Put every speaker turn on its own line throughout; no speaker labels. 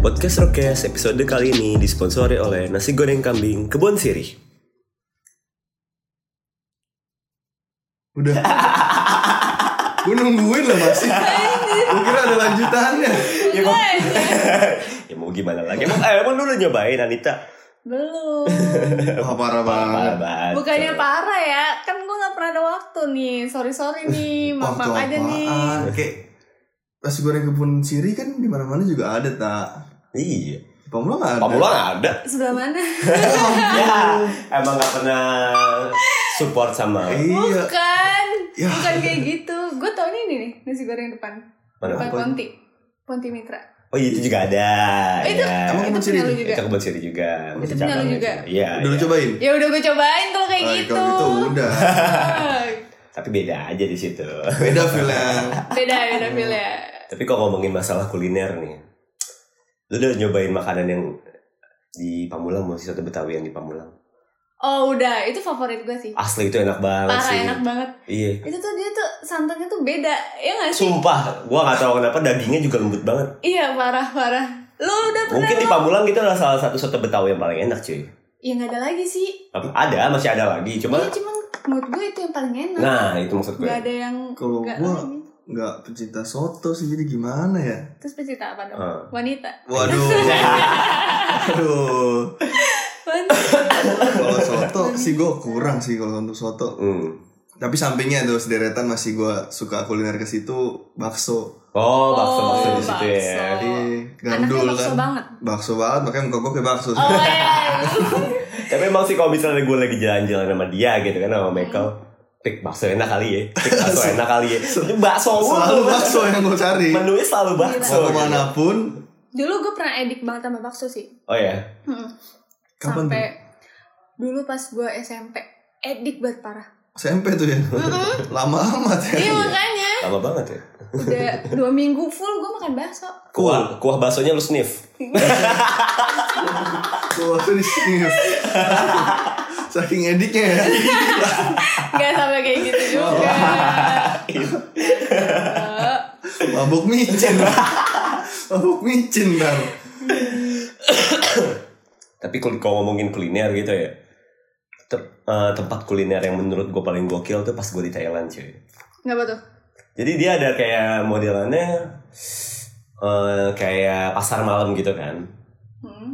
Podcast Rokes episode kali ini disponsori oleh Nasi Goreng Kambing Kebon Sirih.
Udah. Gue nungguin lah masih. Gue kira ada lanjutannya.
ya, mau, ya mau gimana lagi? Emang, eh, emang lu udah nyobain Anita?
Belum.
Wah parah
Parah
banget.
banget.
Bukannya parah ya, kan gue gak pernah ada waktu nih. Sorry sorry nih, maaf
Waktu
maaf aja nih.
apaan? Kayak nasi goreng kebun siri kan di mana mana juga ada tak.
Iya.
Pamulang nggak ada.
Pamulang ada.
Sebelah mana?
Iya.
ya, emang gak pernah support sama
Iya.
Bukan,
Ya.
bukan kayak gitu. Gue tau ini nih nasi goreng depan,
mana?
depan
Apa?
Ponti, Ponti Mitra.
Oh iya, itu juga ada.
Oh, itu
ya.
Ah, Emang
itu
Kebon Sirih
punya lu
itu?
juga.
Itu kebun sirih juga.
Itu punya lu
cabang
juga.
itu. Iya.
Udah lu
iya.
cobain.
Ya udah gue cobain tuh kayak
Oh,
gitu.
Kalau gitu udah.
Ah,
Tapi beda aja di situ.
Beda ya. feelnya.
beda beda feel ya.
Tapi kalau ngomongin masalah kuliner nih, lu udah nyobain makanan yang di Pamulang masih soto Betawi yang di Pamulang.
Oh udah, itu favorit gue sih.
Asli itu enak banget
Parah
sih.
enak banget.
Iya.
Itu tuh dia tuh santannya tuh beda, ya gak sih?
Sumpah, gua nggak tahu kenapa dagingnya juga lembut banget.
Iya parah parah. Lu udah pernah?
Mungkin di Pamulang itu adalah salah satu soto Betawi yang paling enak cuy.
Ya gak ada lagi sih.
Apa- Ada, masih ada lagi. Cuma,
Iya cuman menurut gue itu yang paling enak.
nah itu maksud gue.
Gak ada yang
Kalau
gak
gua-
lagi.
Nggak pecinta soto sih jadi gimana ya?
Terus pecinta apa dong?
Eh.
Wanita.
Waduh. Aduh.
Wanita.
Kalau soto sih gue kurang sih kalau untuk soto.
Hmm.
Tapi sampingnya tuh sederetan masih gue suka kuliner ke situ bakso.
Oh, bakso bakso
Oh,
di situ ya.
bakso. Oh.
Iya,
Anaknya
gandul
bakso
kan.
banget.
Bakso banget makanya muka gue kayak bakso. sih.
Oh iya.
Tapi emang sih kalau misalnya gue lagi jalan-jalan sama dia gitu kan sama Michael,
Iya.
pik bakso enak kali ya, pik bakso enak kali ya. Itu bakso
Oh.
Selalu bakso yang gue cari.
Menunya selalu bakso. gitu.
Iya.
Mau manapun.
Dulu gue pernah edik banget sama bakso sih.
Oh ya.
Mm-mm.
Kapan
Sampai
tuh?
dulu pas gue SMP edik banget parah.
SMP tuh ya. Lama amat ya.
Iya makanya
Lama banget ya.
udah dua minggu full gue makan bakso.
Kuah, kuah baksonya lu sniff.
Tuh tuh di sini. Saking ediknya ya.
Gak sampai kayak gitu juga. Eh,
Mabuk micin. Mabuk micin bang.
Tapi kul- kalau ngomongin kuliner gitu ya. te- eh, tempat kuliner yang menurut gue paling gokil tuh pas gue di Thailand cuy.
Gak apa tuh?
Jadi dia ada kayak modelannya eh, kayak pasar malam gitu kan.
Hmm.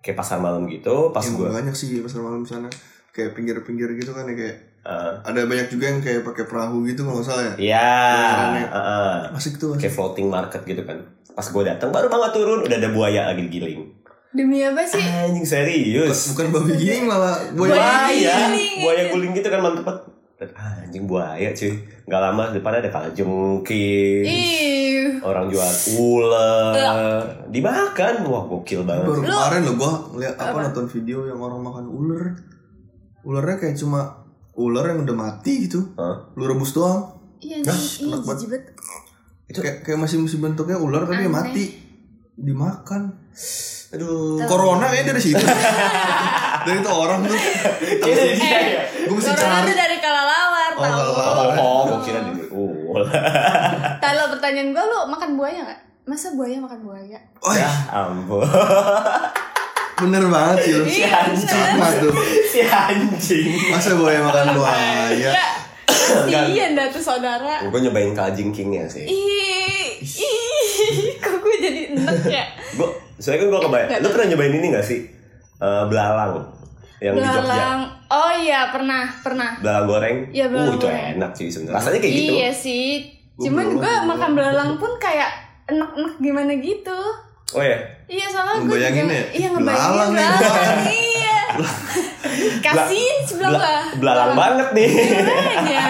Kayak pasar malam gitu pas
Yang
gue
banyak sih pasar malam sana. Kayak pinggir-pinggir gitu kan ya kayak
eh,
ada banyak juga yang kayak pakai perahu gitu kalau nggak salah ya.
Iya,
Kelihatannya.
heeh.
Asik tuh. asik.
kayak floating market gitu kan. Pas gue datang baru banget turun udah ada buaya lagi giling.
Demi apa sih?
Anjing serius.
Bukan babi giling malah buaya.
Buaya.
Buaya,
Iya. giling.
buaya guling gitu kan mantep banget. Dan, ah, Anjing buaya cuy. Gak lama depannya ada kalajengking.
Ih,
Orang jual ular. Dimakan, wah gokil
Baru
banget.
kemarin loh gua lihat apa,
Apa?
nonton video yang orang makan ular. Ularnya kayak cuma ular yang udah mati gitu.
Hah?
Lu rebus doang.
iya
Nah,
sih, iya
enak banget.
jijik banget.
Itu-
Kayak kayak masih masih bentuknya ular tapi ya
Aneh.
mati. Dimakan.
Aduh.
Corona kayaknya dari situ. dari itu orang tuh.
Kayaknya dari dia ya.
Gue mesti
Iya, Corona
cari.
tuh dari kalalawar
Oh,
tau.
kelelawar.
Oh, oh, gua kira dari ular.
Kalau pertanyaan gue lu makan buaya gak? Masa buaya makan buaya?
Oh,
Ya ampun.
bener banget sih lu.
Iya, bener.
Sama tuh.
Si anjing.
Masa boleh makan buaya?
Kasian dah tuh saudara.
Gue nyobain kalajengkingnya sih.
Ih, ih, kok gue jadi enak ya?
Gue, soalnya kan gue kebayang. Lu pernah nyobain ini gak sih? Eh, belalang yang di Jogja.
Belalang. Oh iya, pernah, pernah.
Belalang goreng.
Iya, belalang
uh, itu
goreng.
enak sih sebenarnya. Rasanya kayak gitu.
Iya sih.
Gua
Cuman
belum,
gue
belum.
makan belalang pun kayak enak-enak gimana gitu.
Oh ya.
Iya, soalnya gue juga
Ngebayanginnya
iya ngebayangin
ya? belalang nih.
belalang. Iya. Kasihin sebelah
Bela-
lah.
belalang banget nih.
Makanya.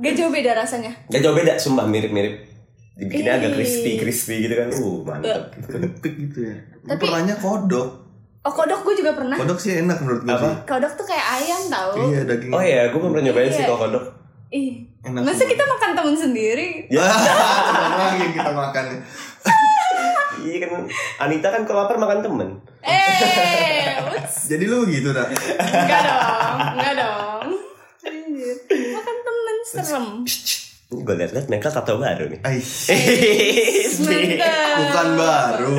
Gak jauh beda rasanya.
Gak jauh beda, sumpah mirip-mirip. Dibikinnya agak
Ih. Iya.
crispy crispy gitu kan. Uh, mantap.
Keripik gitu ya. Gua
Tapi-
Pernahnya kodok.
Oh kodok gue juga pernah.
Kodok sih enak menurut gue
Apa?
sih.
Kodok tuh kayak ayam tau.
Iya daging.
Oh ya, gue belum pernah nyobain sih
Iya.
kalau kodok.
Ih.
Enak
Masa
banget.
kita makan temen sendiri?
Ya,
Teman lagi yang kita ya. makannya.
iya kan. Anita kan kalau lapar makan temen.
Eh, uts.
Jadi lu gitu dah.
Enggak dong, enggak dong. Anjir. Makan temen serem.
Gue liat-liat Michael tato baru nih.
Aish,
Eh.
Iya.
Mantap.
bukan baru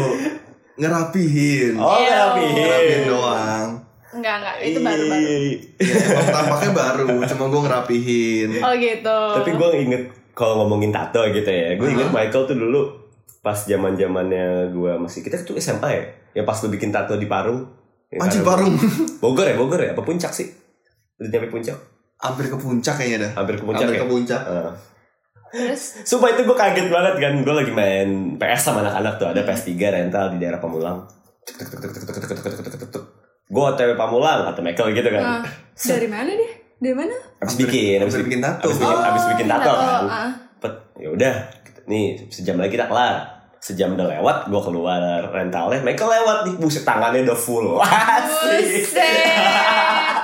ngerapihin
oh,
Ew.
ngerapihin
ngerapihin doang
Enggak, enggak. Itu
Iya.
baru-baru.
ya, emang tampaknya baru cuma gue ngerapihin
Oh gitu.
Tapi gue inget kalau ngomongin tato gitu ya, gue inget Michael tuh dulu pas zaman zamannya gue masih kita tuh SMA ya, ya pas lu bikin tato di Parung. Ya,
anjing parung
Bogor ya, Bogor ya, apa puncak sih? Udah nyampe puncak,
hampir ke puncak kayaknya dah
hampir ke puncak
hampir
ya.
ke puncak
Heeh.
Terus
Sumpah itu gue kaget banget kan Gue lagi main PS sama anak-anak tuh Ada PS3 rental di daerah Pamulang Tuk, tuk, tuk, tuk, tuk, tuk, tuk, tuk, tuk, tuk, tuk, tuk. Gue otw Pamulang Kata Michael gitu kan
ah, dari mana dia? Dari mana? Oh,
Abis
Hampir-
bikin Abis
hampir
bikin
bikin tato
Abis bikin, Iya, abis bikin tato kan
ah.
Pet, Yaudah Nih sejam lagi kita kelar Sejam udah lewat Gue keluar rentalnya Michael lewat nih Buset tangannya udah full Asik
Buset.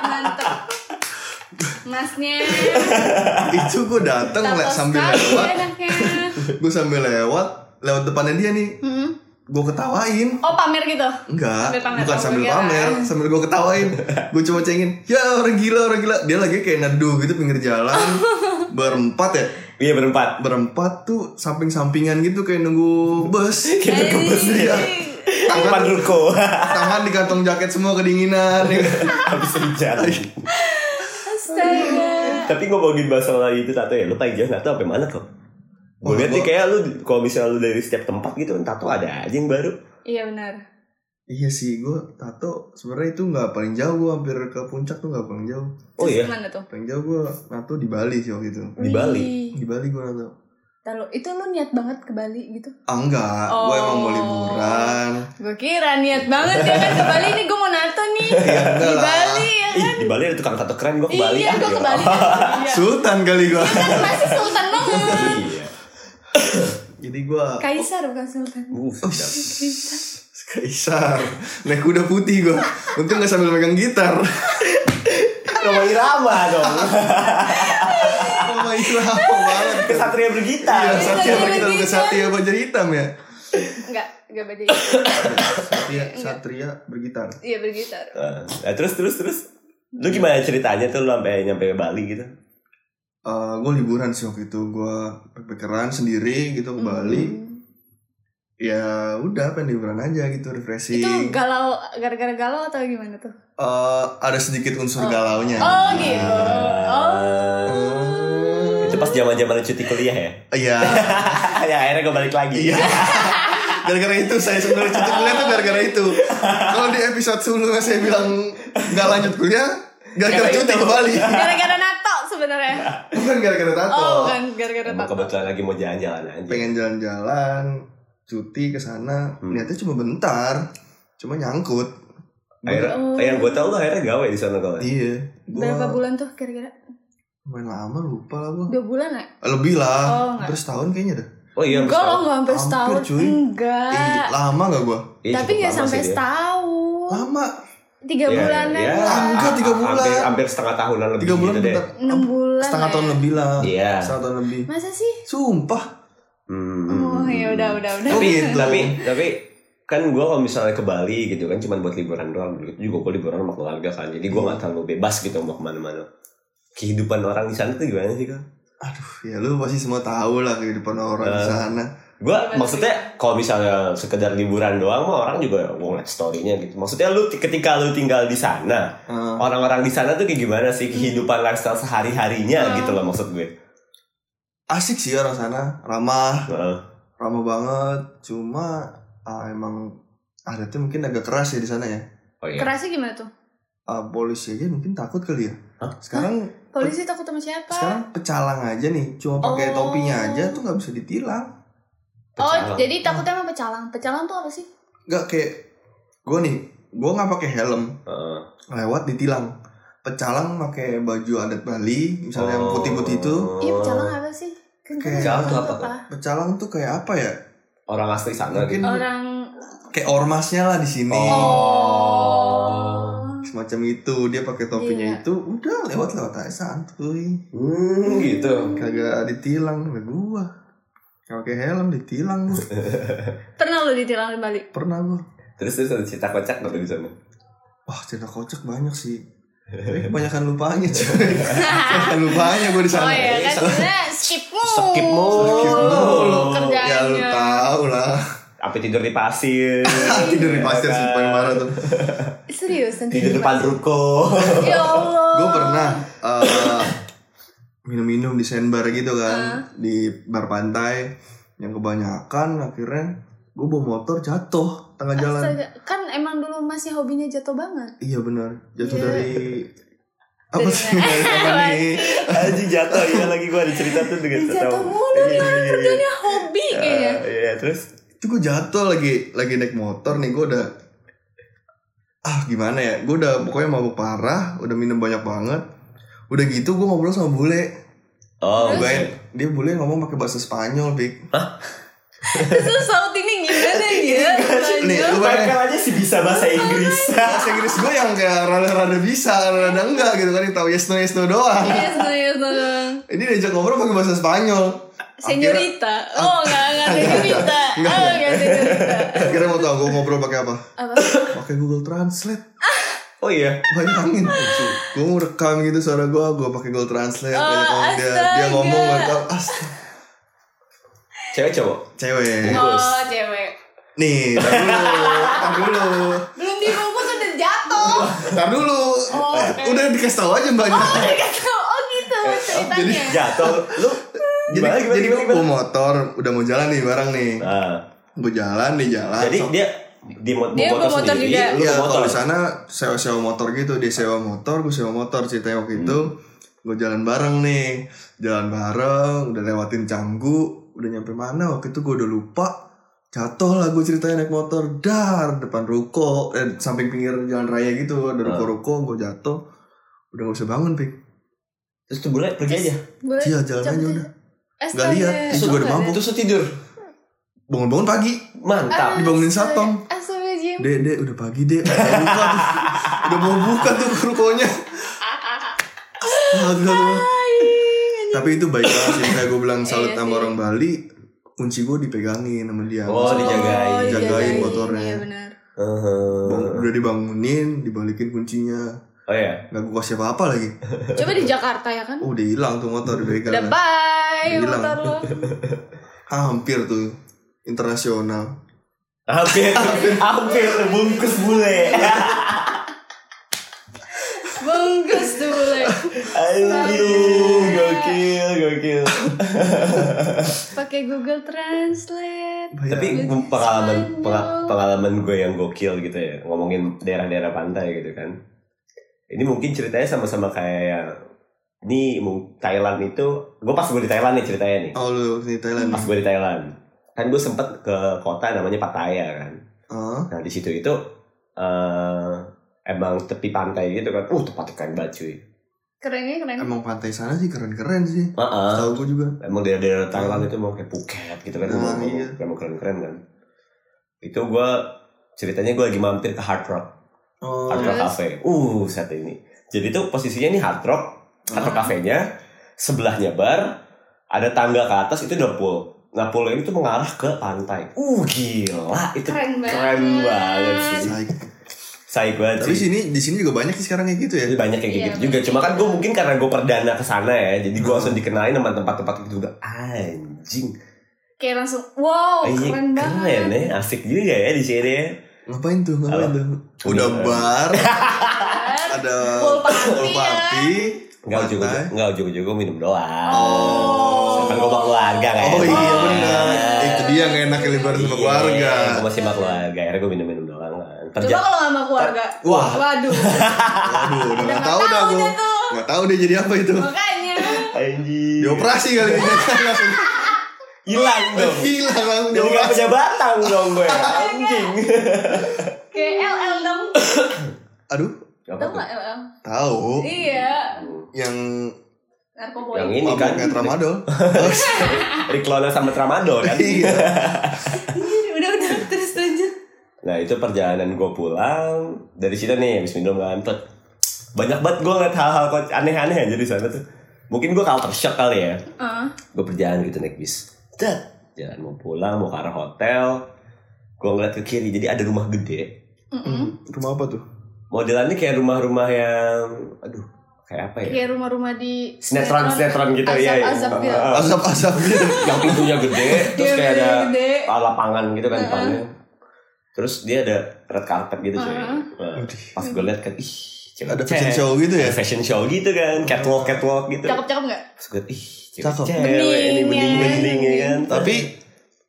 Mantep. Masnya.
Oh, itu gue dateng
tato
le- sambil
sekali
lewat
anaknya.
gue sambil lewat lewat depannya dia nih
Mm-mm.
gue ketawain
Oh pamer gitu.
Enggak,
Sambil pamer,
bukan sambil
pamer
pamer,
kan?
sambil gue ketawain Gue cuma cengin, ya orang gila, orang gila Dia lagi kayak neduh gitu pinggir jalan Berempat ya,
Iya berempat
berempat tuh samping-sampingan gitu kayak nunggu bus iya.
Kita ke bus ya
iya.
Depan
Tangan,
ruko
tangan di kantong jaket semua kedinginan ya.
Abis hujan
Astaga.
Tapi ngomongin masalah itu tato ya, lu paling jauh tato sampai mana kok? Gue
Wah,
liat nih
gua-
kayak lu kalau misalnya lu dari setiap tempat gitu kan tato ada aja yang baru.
Iya benar.
Iya sih, gue tato sebenarnya itu nggak paling jauh Gue hampir ke puncak tuh nggak paling jauh
Oh iya,
Mana tuh?
Paling jauh gue nato di Bali sih waktu itu
Di Bali.
Wih.
Di Bali gue nato
Lalu itu lu niat banget ke Bali gitu?
Ah enggak, gue
Oh.
emang mau liburan
Gue kira niat banget ya kan ke Bali nih gue mau nato nih di
Iya,
enggak lah.
Bali ya
Ih, di Bali ada tukang tato keren gue ke Bali.
Iya
ah,
gue
ya
ke Bali.
Allah.
Iya. Kan
Sultan kali gue
Masih sultan banget.
Iya.
Jadi gue
Kaisar bukan sultan.
Uh, sedap.
Kaisar.
Kaisar Naik kuda putih gue Untung gak sambil megang gitar
Roma Irama dong.
Sama Ilham banget
Kesatria bergitar.
Iya, Satya
Satya
apa kita bukan
Bajahitam.
Satya Bajar Hitam ya
Enggak, enggak baca.
Satya, Satria bergitar
Iya bergitar.
Nah, terus terus terus. Lu gimana ceritanya tuh lu sampai nyampe Bali gitu?
Eh Gue liburan sih waktu itu Gue backpackeran sendiri gitu ke Bali
Hmm.
Ya udah pengen liburan aja gitu
Itu
refreshing
galau gara-gara galau atau gimana tuh?
Eh, Ada sedikit unsur galaunya
Ah.
Oh gitu. Oh.
Itu pas zaman-zaman lu cuti kuliah ya?
Iya
ya akhirnya gue balik lagi.
Iya. Gara-gara itu saya sebenarnya cuti kuliah tuh gara-gara itu. Kalau di episode sebelumnya saya bilang nggak lanjut kuliah, gara-gara cuti ke Bali.
Gara-gara nato sebenarnya.
Bukan gara-gara tato.
Oh, bukan gara-gara
Emang
tato.
kebetulan lagi mau jalan-jalan aja.
Pengen jalan-jalan, cuti ke sana.
Hmm.
Niatnya cuma bentar, cuma nyangkut.
Akhirnya,
Oh.
yang gue tau lu akhirnya gawe di sana kalau.
Iya.
Berapa
Gua
bulan tuh kira-kira?
main lama lupa lah gua.
Dua bulan ya?
Lebih
Oh,
lah,
nggak.
terus tahun kayaknya dah.
Oh iya,
Enggak lah, enggak sampai
Hampir,
setahun.
cuy.
Ah.
Ih,
Enggak.
lama gak gua?
Iya,
Tapi enggak sampai setahun.
Lama.
Tiga
Iya,
bulanan lah.
Ah, enggak, tiga bulan.
Hampir, hampir setengah tahunan lebih
Tiga bulan
gitu deh.
bentar.
Enam bulan.
Setengah
lah
tahun
ya.
lebih lah.
Iya.
Setengah tahun lebih.
Masa sih?
Sumpah.
Hmm.
Oh, ya udah, udah, udah.
Oh, gitu.
Tapi tapi kan gue kalau misalnya ke Bali gitu kan cuman buat liburan doang dulu itu juga gue liburan sama keluarga kan jadi gue nggak terlalu bebas gitu mau kemana-mana kehidupan orang di sana tuh gimana sih kan
Aduh, ya lu pasti semua tahu lah kehidupan orang
Ah.
di sana.
gue
Gimana
maksudnya kalau misalnya sekedar liburan doang mah orang juga gue ngeliat storynya gitu maksudnya lu t- ketika lu tinggal di sana
Eh,
orang-orang di sana tuh kayak gimana
Hmm.
sih kehidupan lifestyle sehari harinya gitu loh maksud gue
asik sih orang sana, ramah,
Heeh.
ramah banget. Cuma ah, emang adatnya mungkin agak keras ya di sana ya.
oh iya
Kerasnya gimana tuh?
Ah, polisi aja mungkin takut kali ya.
Hah?
Sekarang
Polisi takut sama siapa?
sekarang pecalang aja nih, cuma pakai
Oh.
topinya aja tuh nggak bisa ditilang.
Pecalang.
Oh, jadi takutnya sama pecalang. Pecalang tuh apa sih?
Nggak kayak gue nih, gue nggak pakai helm,
Heeh.
lewat ditilang. Pecalang pakai baju adat Bali, misalnya yang
Oh.
putih-putih itu.
Iya, pecalang apa sih? Kan
Oke.
kan
Pecalang tuh
tuh
apa tuh?
Pecalang tuh kayak apa ya?
orang asli sana
Mungkin
Oh. gitu.
Orang
kayak ormasnya lah di sini.
Oh.
Oh.
semacam itu dia pakai topinya
Iya.
itu udah lewat lewat aja santuy
Hmm, gitu.
kagak ditilang sama gua Nggak pakai helm ditilang gua
Pernah lu ditilang di Bali?
pernah gua
Terus terus ada cerita kocak nggak tuh di sana?
wah cerita kocak banyak Eh, sih Tapi kebanyakan lupanya cuy kebanyakan lupanya gua di sana
Oh iya kan sebenarnya skip mulu.
Skip mulu.
Skip mulu.
Kerjaannya.
ya lu tau lah
Apa tidur di pasir?
Ah, tidur di pasir sih paling marah tuh
Serius nanti
Tidur depan ruko.
Ya Allah.
gue pernah eh, minum-minum di sandbar gitu
Ah.
kan di bar pantai yang kebanyakan akhirnya gue bawa motor jatuh tengah jalan
Astaga, kan emang dulu masih hobinya jatuh banget.
iya benar jatuh
Iya.
dari apa
Dari
sih dari apa nih
Anjing jatuh iya lagi gua ada cerita tuh dengan
Ih, jatuh mulu
Iya,
lah,
iya, iya.
kerjanya hobi kayaknya.
Iya, iya, terus
itu gue jatuh lagi lagi naik motor nih gue udah ah gimana ya gue udah pokoknya mabuk parah udah minum banyak banget udah gitu gue ngobrol sama bule
Oh,
Gue
gue
dia bule ngomong pakai bahasa Spanyol Big
Terus saut ini gimana ya?
Iya, nih
Lanjut.
lu bayangin
Michael aja sih bisa bahasa Inggris.
bahasa Inggris gue yang kayak rada-rada bisa, rada-rada enggak gitu kan, yang tahu yes no yes no doang.
Yes, no, yes, no.
Ini diajak ngobrol pakai bahasa Spanyol. Akhirnya-
Senyorita. Oh, enggak, enggak senyorita.
Enggak,
Oh, enggak senyorita.
Akhirnya mau tau gue ngobrol pakai apa?
Apa?
Pakai Google Translate.
Oh iya.
Bayangin. gue mau rekam gitu suara gue, gue pakai Google Translate.
Oh,
banyak ngomong dia, dia
astaga.
ngomong gak tau. Astaga.
Cewek cowok.
Cewek.
Oh, cewek.
Nih, tar dulu, tar dulu,
Belum dibungkus udah jatuh.
tar dulu.
Oh, oke.
Udah dikasih tahu aja mbaknya.
Udah gitu. Oh, gitu ceritanya.
Jatuh lu.
jadi,
Gimana gimana
jadi
gimana?
gue
gimana?
motor, udah mau jalan nih barang nih.
Nah,
Gue jalan di jalan.
jadi
so-
dia di mo-
Dia
bawa motor,
bawa motor
sendiri,
juga.
lu
Iya
bawa motor.
kalau di sana sewa-sewa motor gitu Dia sewa motor, gue sewa motor Ceritanya waktu itu
Hmm.
Gue jalan bareng nih Jalan bareng, udah lewatin Canggu Udah nyampe mana waktu itu gue udah lupa Jatuh lah gue ceritanya naik motor Dar, depan ruko eh, Samping pinggir jalan raya gitu
Hmm.
Ada ruko-ruko, gue jatuh Udah gak usah bangun, Pik
Terus tuh bule pergi aja.
Boleh
Iya, jalan aja
cabut
udah
Astaga.
Nggak lihat, terus
Oh,
gua udah
nggak
mabuk.
Terus lu tidur.
Bangun-bangun pagi
Mantap.
lihat.
Dibangunin satpam.
Astagfirullahaladzim.
Dek, dek, udah pagi, dek Udah mau buka tuh Udah mau buka tuh rukonya Astaga tuh.
Aing,
tapi itu baik banget sih kayak gue bilang salut
Iya
sama
sih.
orang Bali kunci gue dipegangin sama dia
Oh,
Maksudnya,
dijagain.
Oh,
Jagain motornya.
Iya benar.
bang-
Heeh.
udah dibangunin dibalikin kuncinya
Uh-huh. Oh iya.
nggak gue kasih apa apa lagi
Coba di Jakarta ya kan?
oh udah hilang tuh motor
Udah
dipegang
bye
Hilang.
motor lu.
hampir tuh internasional
Hampir, hampir bungkus bule.
Bungkus tuh boleh.
Aduh,
Iya.
gokil, gokil.
Pakai Google Translate.
Tapi
Bayangin.
gua- pengalaman penga- pengalaman gue yang gokil gitu ya, ngomongin daerah-daerah pantai gitu kan. Ini mungkin ceritanya sama-sama kayak yang- ini mung- Thailand itu, gue pas gue di Thailand nih ceritanya nih.
oh lu di Thailand
Pas gue di Thailand, kan gue sempet ke kota namanya Pattaya kan.
ah
Nah di situ itu eh emang tepi pantai gitu kan. Uh tempatnya keren banget cuy.
Kerennya keren.
emang pantai sana sih keren-keren sih
Heeh.
tahu gue juga
emang daerah-daerah Thailand itu mau kayak Phuket gitu kan
Nah,
emang,
iya.
emang keren-keren kan itu gue ceritanya gue lagi mampir ke Hard Rock
oh
Hard Rock
Terus?
Cafe uh saat ini jadi tuh posisinya ini Hard Rock Hard
Ah.
Rock Cafe-nya sebelahnya bar ada tangga ke atas itu udah pool nah pool ini tuh mengarah ke pantai uh gila itu
Keren
keren,
banget.
banget sih
Saik.
saya banget
tapi
sih
sini di sini juga banyak sih sekarang kayak gitu ya
jadi banyak yang kayak
Iya,
gitu juga
banyak Hmm.
cuma kan
yang
gue
gitu.
mungkin karena gue perdana ke sana ya jadi gue langsung dikenain sama tempat-tempat itu juga anjing
Kayak langsung wow,
Iya,
Oh, keren banget.
ya, asik juga ya di sini ya.
ngapain tuh ngapain
Apa?
tuh udah
Iya.
bar ada
Pool party,
pool party,
Enggak
pantai.
juga, enggak juga juga minum doang.
Oh.
Kan gue sama keluarga kan.
Oh iya
Oh.
benar. Itu dia yang enak lebaran
Iya,
sama keluarga.
Gue masih sama keluarga, akhirnya gue minum-minum doang kan.
Coba
Terja-
kalau sama keluarga.
Wah. Waduh, udah
Waduh. Udah
nggak
nggak
tahu dah
tahu
gue.
dia tuh.
Nggak tahu deh jadi apa itu.
Makanya.
Anjing.
Dioperasi kali ini langsung
Hilang dong.
hilang
Jadi
langsung
gak
dioperasi.
punya batang dong
Iya,
gue. Anjing.
Kayak LL dong.
Aduh,
Apa
Tahu
tuh?
nggak LL?
tahu
Iya.
yang
Narkoboy.
Yang ini kan
mabuknya tramadol. Oh,
Ah.
Riklona sama Tramadol kan.
Iya.
Anjir, udah udah terus lanjut.
Nah itu perjalanan gue pulang dari situ nih habis minum ngantuk banyak banget gue ngeliat hal-hal kok- aneh-aneh aja di sana tuh mungkin gue culture shock kali ya
Ah.
gue berjalan gitu naik bis Tet, jalan mau pulang mau ke arah hotel gue ngeliat ke kiri jadi ada rumah gede
Mm-mm.
Rumah apa tuh?
modelannya kayak rumah-rumah yang aduh kayak apa ya?
kayak rumah-rumah di
Sinetron sinetron gitu ya. ya.
Azab-azab ya.
Ah, ah.
Asap-asap gitu.
Yang pintunya gede, terus
Iya,
kayak ada
bener-bener gede.
ah, lapangan gitu kan
Heeh.
depannya. Terus dia ada red carpet gitu coy.
Heeh.
Nah,
Waduh.
pas gue liat kan, ih cewek
Ada fashion show gitu ya.
Ada fashion show gitu kan, catwalk catwalk gitu.
cakep-cakep nggak
Terus gue, ih
Cakep.
cewek ini
Bening,
bening
ya.
bening ya kan.
Tapi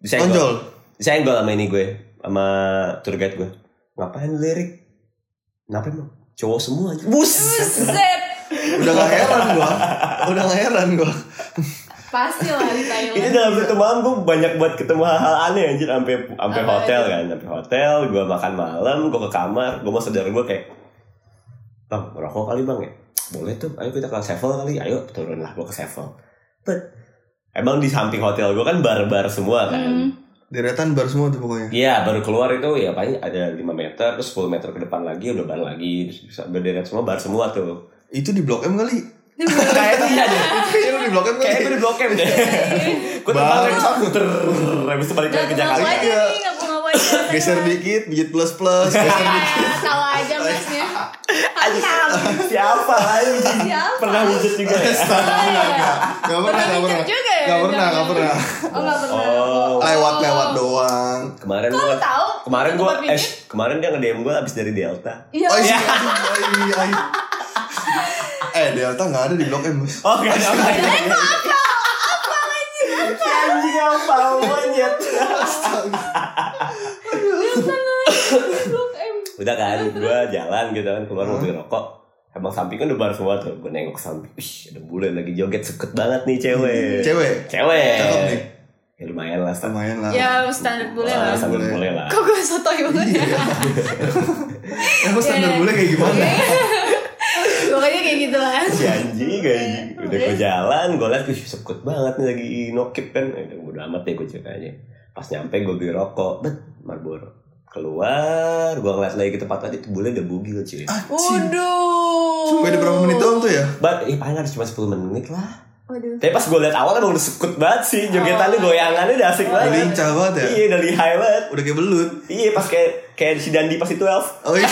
disenggol.
tonjol.
disenggol sama ini gue sama tour guide gue ngapain lirik ngapain emang cowok semua aja bus
Buset.
Udah gak heran gua. Udah gak heran gua.
Pasti lah di
itu
Thailand.
dalam satu malam gue banyak buat ketemu hal-hal aneh anjir sampai sampai
Apa
hotel
itu?
kan sampai hotel gue makan malam gue ke kamar gue mau saudara gue kayak bang rokok kali bang ya boleh tuh ayo kita ke Sevel kali ayo turun lah gue ke Sevel But, emang di samping hotel gue kan bar-bar semua kan
Hmm.
Deretan bar semua tuh pokoknya.
Iya baru keluar itu ya paling ada 5 meter terus 10 meter ke depan lagi udah bar lagi terus bisa berderet semua bar semua tuh
Itu di Blok M kali.
kayaknya iya deh
Itu di Blok M
kayaknya
kali.
gue di blok M deh gue
Bar.
terbang ke sana ter habis itu balik lagi ke
Ngaku-ngaku
Jakarta
ya?
aja nih, ngaku-ngaku aja.
Geser dikit, digit plus plus. Geser dikit.
Ah, Salah aja ya. masnya. Hantam.
siapa anjing
Siapa?
pernah wujud juga ya
Gak pernah,
Pernah
gak
mikir
pernah.
juga ya?
Gak pernah, gak
Jangan-jangan.
pernah.
Oh nggak pernah.
Oh.
Lewat-lewat doang.
kemarin
Kok
gue
lu tahu?
kemarin
Tempat
gue
bikin?
eh kemarin dia nge DM gue abis dari Delta
Iya.
Oh iya, iya, iya, iya. Eh Delta nggak ada di Blok M bos.
oh gak ada apa anjing apa monyet
iya, Blok M.
udah kan gue jalan gitu kan keluar mau beli rokok emang samping kan udah bar semua tuh gue nengok ke samping ih ada bule lagi joget seket banget nih cewek Eh.
Cewek.
cewek
Hmm. Cakep nih.
ya lumayan lah sama
Lumayan lah.
Ya standar bule
Oh.
Sama-
lah.
sama
Bule.
bule lah
Kok gue sotoy banget ya?
Iya. Emang standar
Iya.
bule kayak gimana?
Pokoknya kayak gitu lah.
si
Iya.
anjing anjing udah gue jalan gue liat ih sekut banget nih lagi nokip kan udah udah amat deh gue cek aja pas nyampe gue beli rokok bet Marlboro keluar gue ngeliat lagi ke tempat tadi tuh bule udah bugil cuy
Waduh.
Cuma ada berapa menit doang tuh ya?
But, eh paling harus cuma 10 menit lah
Waduh.
Tapi pas gue liat awal emang udah sekut banget sih Jogetannya goyangannya udah asik
Udah
banget
lincah banget ya.
Iya udah lihai banget
Udah kayak belut.
Iya pas kayak kayak si Dandi pas itu elf
Oh iya.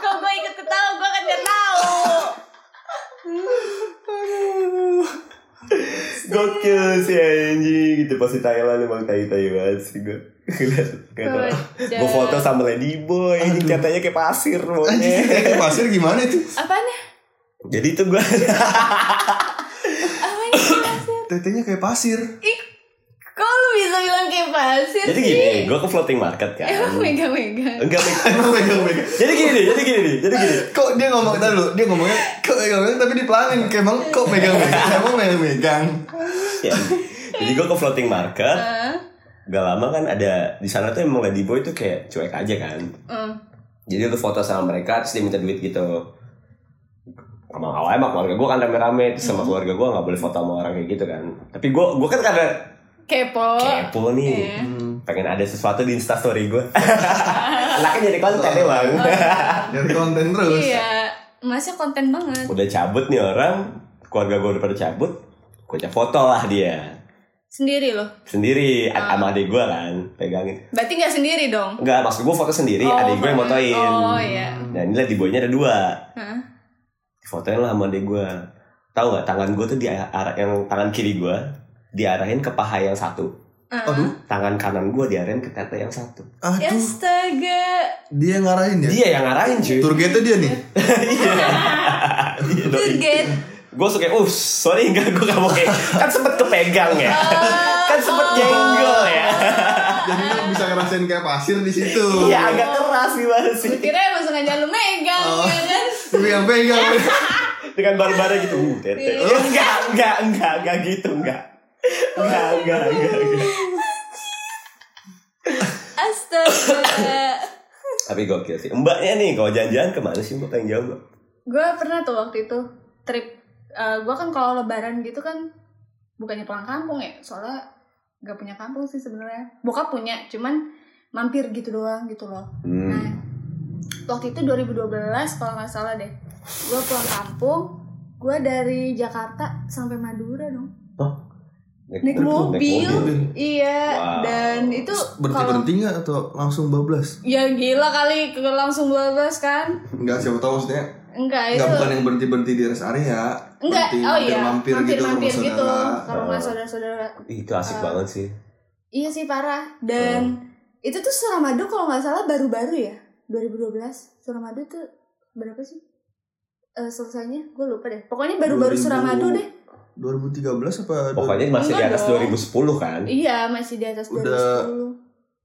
Kok gue ikut ketawa? Gue kan gak tahu.
Gokil sih anjing gitu pas di Thailand emang tai tai banget sih gue
Kocak.
Gue foto sama Lady Boy ini katanya kayak pasir
Anjing
monyet.
kayak pasir gimana itu?
Apaan ya?
Jadi itu gue
Apaan ya?
Tetenya kayak pasir.
Ih, kok lu bisa bilang kayak pasir
Jadi
Kan sih?
gini gue ke floating market kan
Emang gitu. mega-mega.
Enggak Mik.
Emang megang megang.
Jadi gini jadi gini jadi gini
Kok dia ngomong tadi dulu, dia ngomongnya kok megang megang tapi dipelanin kayak emang kok megang megang. Emang megang megang.
Ya. Jadi gue ke floating market
Heeh.
Gak lama kan ada di sana tuh emang Lady Boy tuh kayak cuek aja kan
Heeh.
jadi lu foto sama mereka terus dia minta duit gitu sama awalnya sama keluarga gue kan rame-rame terus sama
Hmm.
keluarga gue nggak boleh foto sama orang kayak gitu kan tapi gue gue kan karena
Kepo.
kepo nih
Iya.
Hmm.
pengen ada sesuatu di instastory gue anaknya jadi konten ya bang
Oh,
Dari konten terus.
Iya. Masnya konten banget.
udah cabut nih orang keluarga gue udah pada cabut gue ajak foto lah dia
Sendiri loh.
sendiri a-
Ah.
sama adik gue kan pegangin
Berarti nggak sendiri dong?
enggak maksud gue foto sendiri
Oh,
adik gue yang
foto-
motoin
oh, iya.
nah ini lah di boynya ada dua
Heeh.
fotoin lah sama adik gue tahu nggak tangan gue tuh di arah yang tangan kiri gue diarahin ke paha yang satu
Aduh,
tangan kanan gue diarahin ke tete yang satu
Iya.
aduh,
Astaga.
dia ngarahin ya.
dia yang ngarahin cuy
Tour guide-nya dia nih.
Turget.
gue suka uh sorry enggak gue gak mau kayak kan sempet kepegang ya
Oh.
kan sempet jenggol ya
Jadi lu bisa ngerasain kayak pasir di situ.
Oh. Iya.
ya agak keras gimana sih
Gue kira emang sengaja lu megang
Oh.
ya kan?
Lu yang pegang.
dengan barbarnya gitu uh tete
Iya.
Eh, enggak enggak enggak enggak gitu enggak enggak enggak enggak, enggak.
Astaga.
tapi gokil sih mbaknya nih kalau jalan-jalan kemana sih mbak pengen jauh Mbak?
gue pernah tuh waktu itu trip eh gue kan kalau lebaran gitu kan bukannya pulang kampung ya soalnya nggak punya kampung sih sebenarnya bokap punya cuman mampir gitu doang gitu loh
hmm.
nah waktu itu 2012 kalau nggak salah deh gue pulang kampung gue dari Jakarta sampai Madura dong naik mobil, iya
Wow.
dan itu
Berhenti
kalau
berhenti nggak atau langsung bablas?
ya gila kali ke langsung 12 kan
Enggak siapa tahu maksudnya
Enggak Nah, itu.
Enggak bukan yang berhenti berhenti di rest area.
Enggak,
berhenti
oh iya.
mampir-mampir gitu ke rumah
Mampir-mampir gitu,
saudara.
ke rumah
Oh.
saudara-saudara.
Ih, itu asik
Eh.
banget sih.
Iya sih parah. Dan
Oh.
itu tuh Suramadu kalau nggak salah baru-baru ya, 2012. Suramadu tuh berapa sih? Eh selesainya gue lupa deh. Pokoknya baru-baru
2000.
Suramadu deh.
2013 apa?
Pokoknya masih di
Enggak
atas
dong.
2010 kan.
Iya, masih di atas 2010.
Udah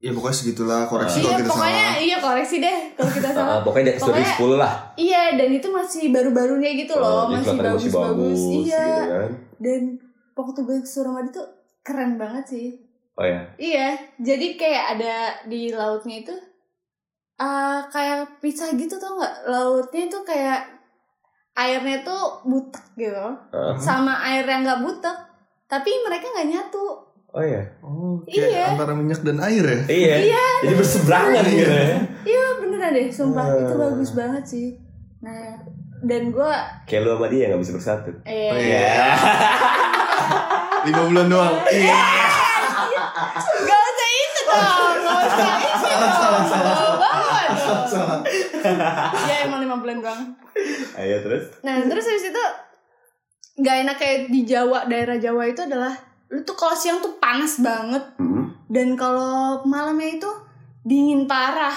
Ya pokoknya segitulah koreksi
Iya,
kalau kita
pokoknya
salah.
iya koreksi deh kalau kita salah.
Ah, pokoknya di atas
Pokoknya-
2010 lah.
Iya, dan itu masih baru-barunya gitu
Oh,
loh,
jadi
masih
kelihatannya
bagus-bagus. Iya,
ya.
gitu kan.
dan waktu gue ke Suramadu tuh keren banget sih.
Oh ya,
Iya, jadi kayak ada di lautnya itu eh kayak pisah gitu tau nggak? Lautnya itu kayak airnya tuh butek gitu,
Ah.
sama air yang nggak butek. Tapi mereka nggak nyatu.
oh ya.
Oh, kayak
Iya.
antara minyak dan air ya.
Iya. Jadi berseberangan
Iya.
gitu ya.
Wah, beneran deh, sumpah
Eh.
itu bagus banget sih. Nah, dan gue,
Kayak lu sama dia gak bisa bersatu.
eh,
Oh, iya. 5 bulan doang. Iya.
Gak usah itu dong, gak usah itu dong.
Salah, salah,
Bawa dong.
Salah.
Ya emang lima bulan doang.
Ya. Ayo terus.
Nah terus habis itu nggak enak kayak di Jawa daerah Jawa itu adalah lu tuh kalau siang tuh panas banget
Hmm.
dan kalau malamnya itu dingin parah.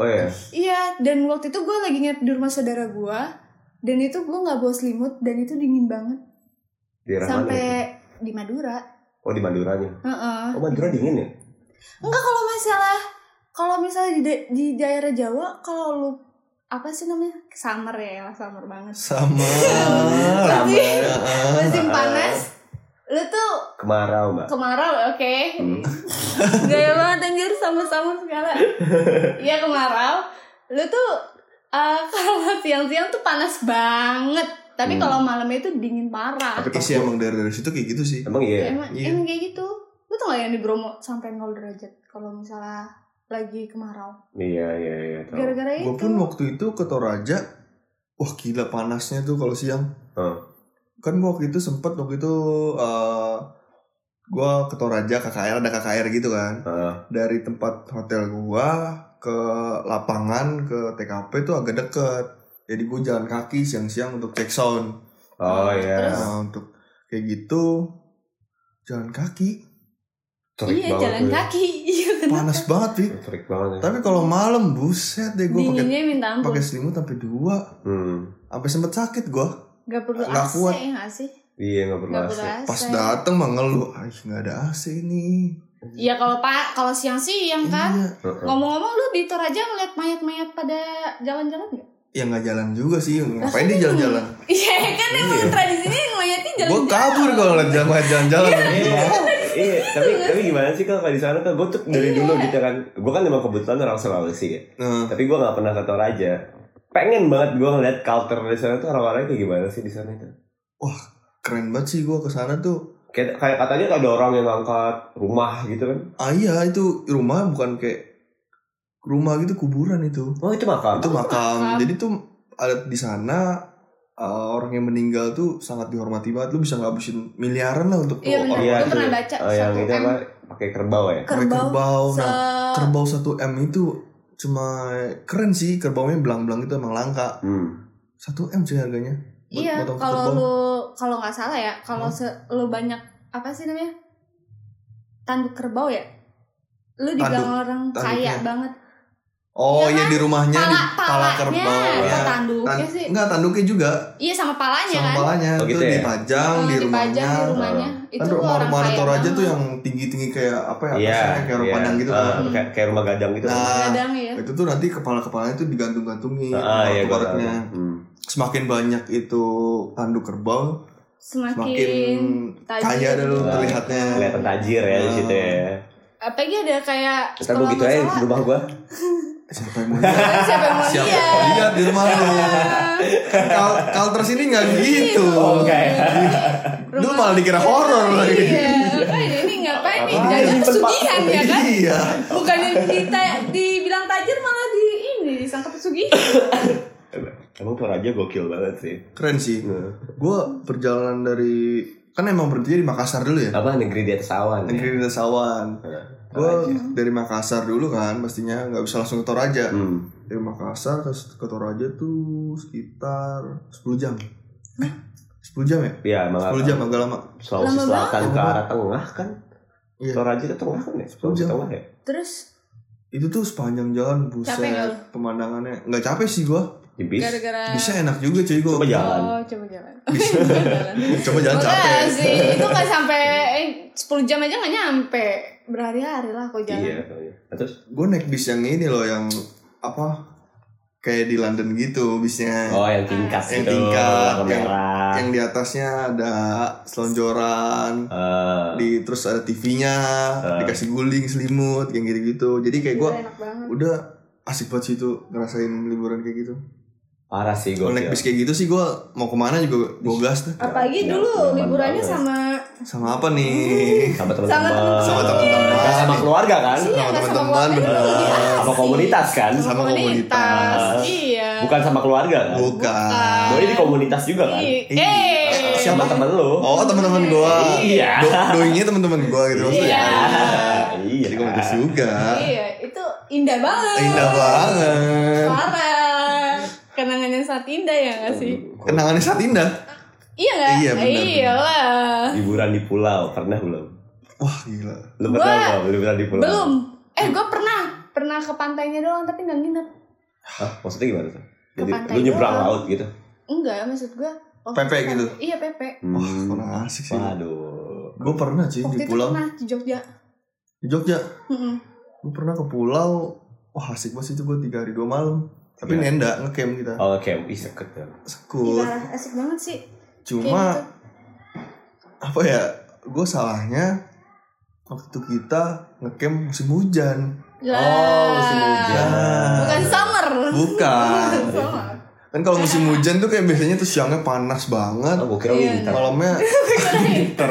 Oh ya.
Iya dan waktu itu gue lagi nginep di rumah saudara gue dan itu gue nggak bawa selimut dan itu dingin banget
Di Rahman.
sampai
ya?
di Madura.
Oh di Maduranya.
Heeh.
Oh Madura dingin ya?
Enggak kalau masalah kalau misalnya di, da- di daerah Jawa kalau lu apa sih namanya summer ya summer banget
Sama.
Masih-
Sama.
musim panas lu tuh
Kemarau mbak.
kemarau oke
Hmm.
gaya banget anjir sama-sama segala iya kemarau lu tuh eh, kalau siang-siang tuh panas banget tapi
Hmm.
kalau malamnya itu dingin parah
Tapi
Tapi sih emang dari dari situ kayak gitu sih.
Emang iya.
emang,
iya.
emang kayak gitu lu tau gak yang di Bromo sampai 0 derajat kalau misalnya lagi kemarau
Iya iya iya. tahu.
gara-gara itu
Gue Oh, pun waktu itu ke Toraja, wah gila panasnya tuh kalau siang.
Heeh.
Kan gua waktu itu sempet waktu itu eh gua ke Toraja KKR ada KKR gitu kan.
Heeh.
Dari tempat hotel gua ke lapangan ke TKP tuh agak deket. Jadi gue jalan kaki siang-siang untuk cek sound.
Oh iya.
Terus?
Nah, untuk kayak gitu jalan kaki
Terik
iya
banget
jalan
tuh ya.
kaki iya bener.
panas banget Vic.
Terik banget ya.
Tapi kalau malam buset deh gue pakai
dinginnya minta ampun
pakai selimut sampai dua,
Hmm.
sampai sempet sakit gua.
gak perlu
nggak
AC
kuat.
ya gak sih
Iya nggak perlu
gak
AC.
perlu AC
Pas dateng mah ngeluh, ah nggak ada AC nih.
iya kalau pak kalau siang-siang kan
Iya,
Heeh.
Ngomong-ngomong lu di Toraja ngeliat mayat-mayat pada jalan-jalan gak?
ya nggak jalan juga sih, ngapain dia jalan-jalan?
Iya kan emang
Iya.
tradisinya ngeliatin
Gue
jalan-jalan
kabur kalau ngeliat jalan jalan-jalan.
Iya, iya. Tapi tapi gimana sih kalau di sana kan gue tuh dari
Iya.
dulu gitu kan, gue kan memang kebetulan orang Sulawesi ya.
Nah,
Tapi gue nggak pernah ke Toraja. Pengen banget gue ngeliat culture di sana tuh orang-orangnya kayak gimana sih di sana itu.
keren banget sih gue kesana tuh.
Kayak, kayak katanya ada orang yang ngangkat rumah gitu kan.
Ah iya itu rumah bukan kayak rumah gitu kuburan itu.
Oh itu makam.
Itu
makam.
makam. Jadi tuh ada di sana uh, orang yang meninggal tuh sangat dihormati banget. Lu bisa ngabisin miliaran lah untuk tuh
Iya benar,
orang
iya,
gue
itu
pernah
ya.
baca
Oh yang
satu
itu
M
apa? Pakai kerbau ya.
pakai
kerbau
kerbau.
se
Nah, kerbau 1 M itu cuma keren sih kerbaunya belang-belang itu emang langka.
Hmm.
1 M sih harganya. Buat
Iya
potong
kalau
kerbau. Hmm?
lu kalau nggak salah ya kalau se- lu banyak apa sih namanya tanduk kerbau ya lu dibilang orang kaya
tanduknya.
banget
Oh iya
Iya
di rumahnya di
pala
pala
palanya
kerbau ya.
iya.
atau tanduknya
Tan-
sih
enggak tanduknya juga
iya sama palanya
sama
kan
palanya
Oh, gitu
itu
ya?
dipajang
Heeh,
di rumahnya.
dipajang di rumahnya itu
Kan rumah
orang
rumah
kaya
Toraja
banget.
tuh yang tinggi-tinggi kayak apa ya?
Iya.
atasnya kayak orang
iya.
Padang gitu
Ah,
kan.
kan.
kayak, kayak rumah gadang gitu. kan.
Nah,
kadang ya
itu tuh nanti kepala-kepalanya itu digantung-gantungin
Ah, iya, gua tahu.
koreknya.
Hmm.
Eh. Semakin banyak itu tanduk kerbau,
semakin
semakin
tajam
kaya
gitu.
dulu
Nah,
terlihatnya.
Kelihatan tajir ya di situ ya.
apalagi ada kayak
Ntar gue
kalau
gitu
nggak
aja
salah-
di rumah gue.
Siapa yang mau lihat?
Kan siapa yang mau
Siapa Iya. yang mau
lihat
lihat di rumah lu? Kal Kalters ini nggak
Iya.
gitu. Iya.
Oh, enggak ya?
Lu malah dikira horor lagi.
iya ngapain ini ngapain nih
Apaan?
jaga
Ini
pesugihan ya kan
Iya.
bukannya kita dibilang tajir malah di ini disangka pesugihan
Eh, Emang Toraja gokil banget sih.
Keren sih.
Iya.
Gue perjalanan dari kan emang berhenti di Makassar dulu ya.
Iya.
Apa negeri di atas awan? ya?
Negeri Desa Sawan. gue
Toraja.
dari Makassar dulu kan pastinya nggak bisa langsung ke Toraja
Hmm.
dari Makassar ke, ke Toraja tuh sekitar 10 jam 10 jam ya
Ya, malah
10 jam agak lama
Sulawesi
Lama
Selatan
banget.
ke arah tengah kan?
Iya.
Toraja ke tengah kan ya? Sulawesi
Jam.
tengah ya?
Terus
itu tuh sepanjang jalan buset
Capek nggak lu?
pemandangannya nggak capek sih gua
Jebis.
gara-gara
bisa enak juga cuy gua
Coba jalan.
Oh, coba jalan.
Bisa.
Coba jalan.
coba jalan capek
Enggak sih, itu nggak sampai eh, 10 jam aja nggak nyampe. Berhari-hari lah kok jalan.
Iya, soalnya. Nah, terus
gue naik bis yang ini loh yang apa kayak di London gitu bisnya
oh yang tingkat
Yang
gitu,
tingkat,
warna
yang-
merah.
yang di atasnya ada selonjoran
Eh,
di terus ada TV-nya dikasih guling selimut kayak gitu gitu jadi kayak gue
Gila, enak banget.
udah asik banget sih itu ngerasain liburan kayak gitu
parah sih gue.
kalau naik bis kayak gitu sih gue mau kemana juga gue gas dah
Apalagi
Ya,
dulu
nyaman
liburannya
banget.
sama
sama apa nih
sama
sama
teman-teman,
sama teman-teman
Nggak sama keluarga kan? Eh,
Iya,
sama
nggak sama
teman-teman
keluarga
bener.
dulu, iya
Sama
sih.
komunitas kan? Eh,
Sama komunitas.
Iya.
Bukan sama keluarga kan?
bukan
Doi di komunitas juga kan?
Iya.
Iya.
Eh.
Sama teman lu.
oh teman-teman gue
Iya.
doinya teman-teman gue gitu maksudnya
Iya.
jadi komunitas juga
Iya, itu indah banget.
indah banget
Parah. Kenangan yang sangat indah ya nggak sih?
kenangannya saat indah
Iya nggak?
Iya, benar.
Iyalah.
Liburan di pulau pernah belum?
wah gila
Lu
Gua-
pernah belum liburan di pulau?
Belum. Eh, gue pernah pernah ke pantainya doang tapi nggak nginep.
Hah, maksudnya gimana tuh?
Ke
Jadi
pantai
lu nyebrang
doang.
laut gitu?
Enggak, maksud gue.
Pepe gitu?
Iya, Pepe.
wah
Hmm.
kurang asik sih
Waduh.
gue pernah sih
Waktu
di
itu
pulau
pernah di Jogja.
di Jogja
Mm-mm.
gue pernah ke pulau wah asik banget sih itu gue tiga hari dua malam tapi
Iya.
nenda ngecamp kita
Oh, oke, ih seket ya.
sekut
Gila, asik banget sih.
cuma
Kayak gitu.
apa ya gue salahnya waktu itu kita ngecamp musim hujan
gitu. Lah.
Oh, musim hujan.
Bukan summer.
Bukan.
Bukan summer.
kan kalau musim hujan tuh kayak biasanya tuh siangnya panas banget
Oh, gue kira
Iya,
winter.
malamnya
Winter.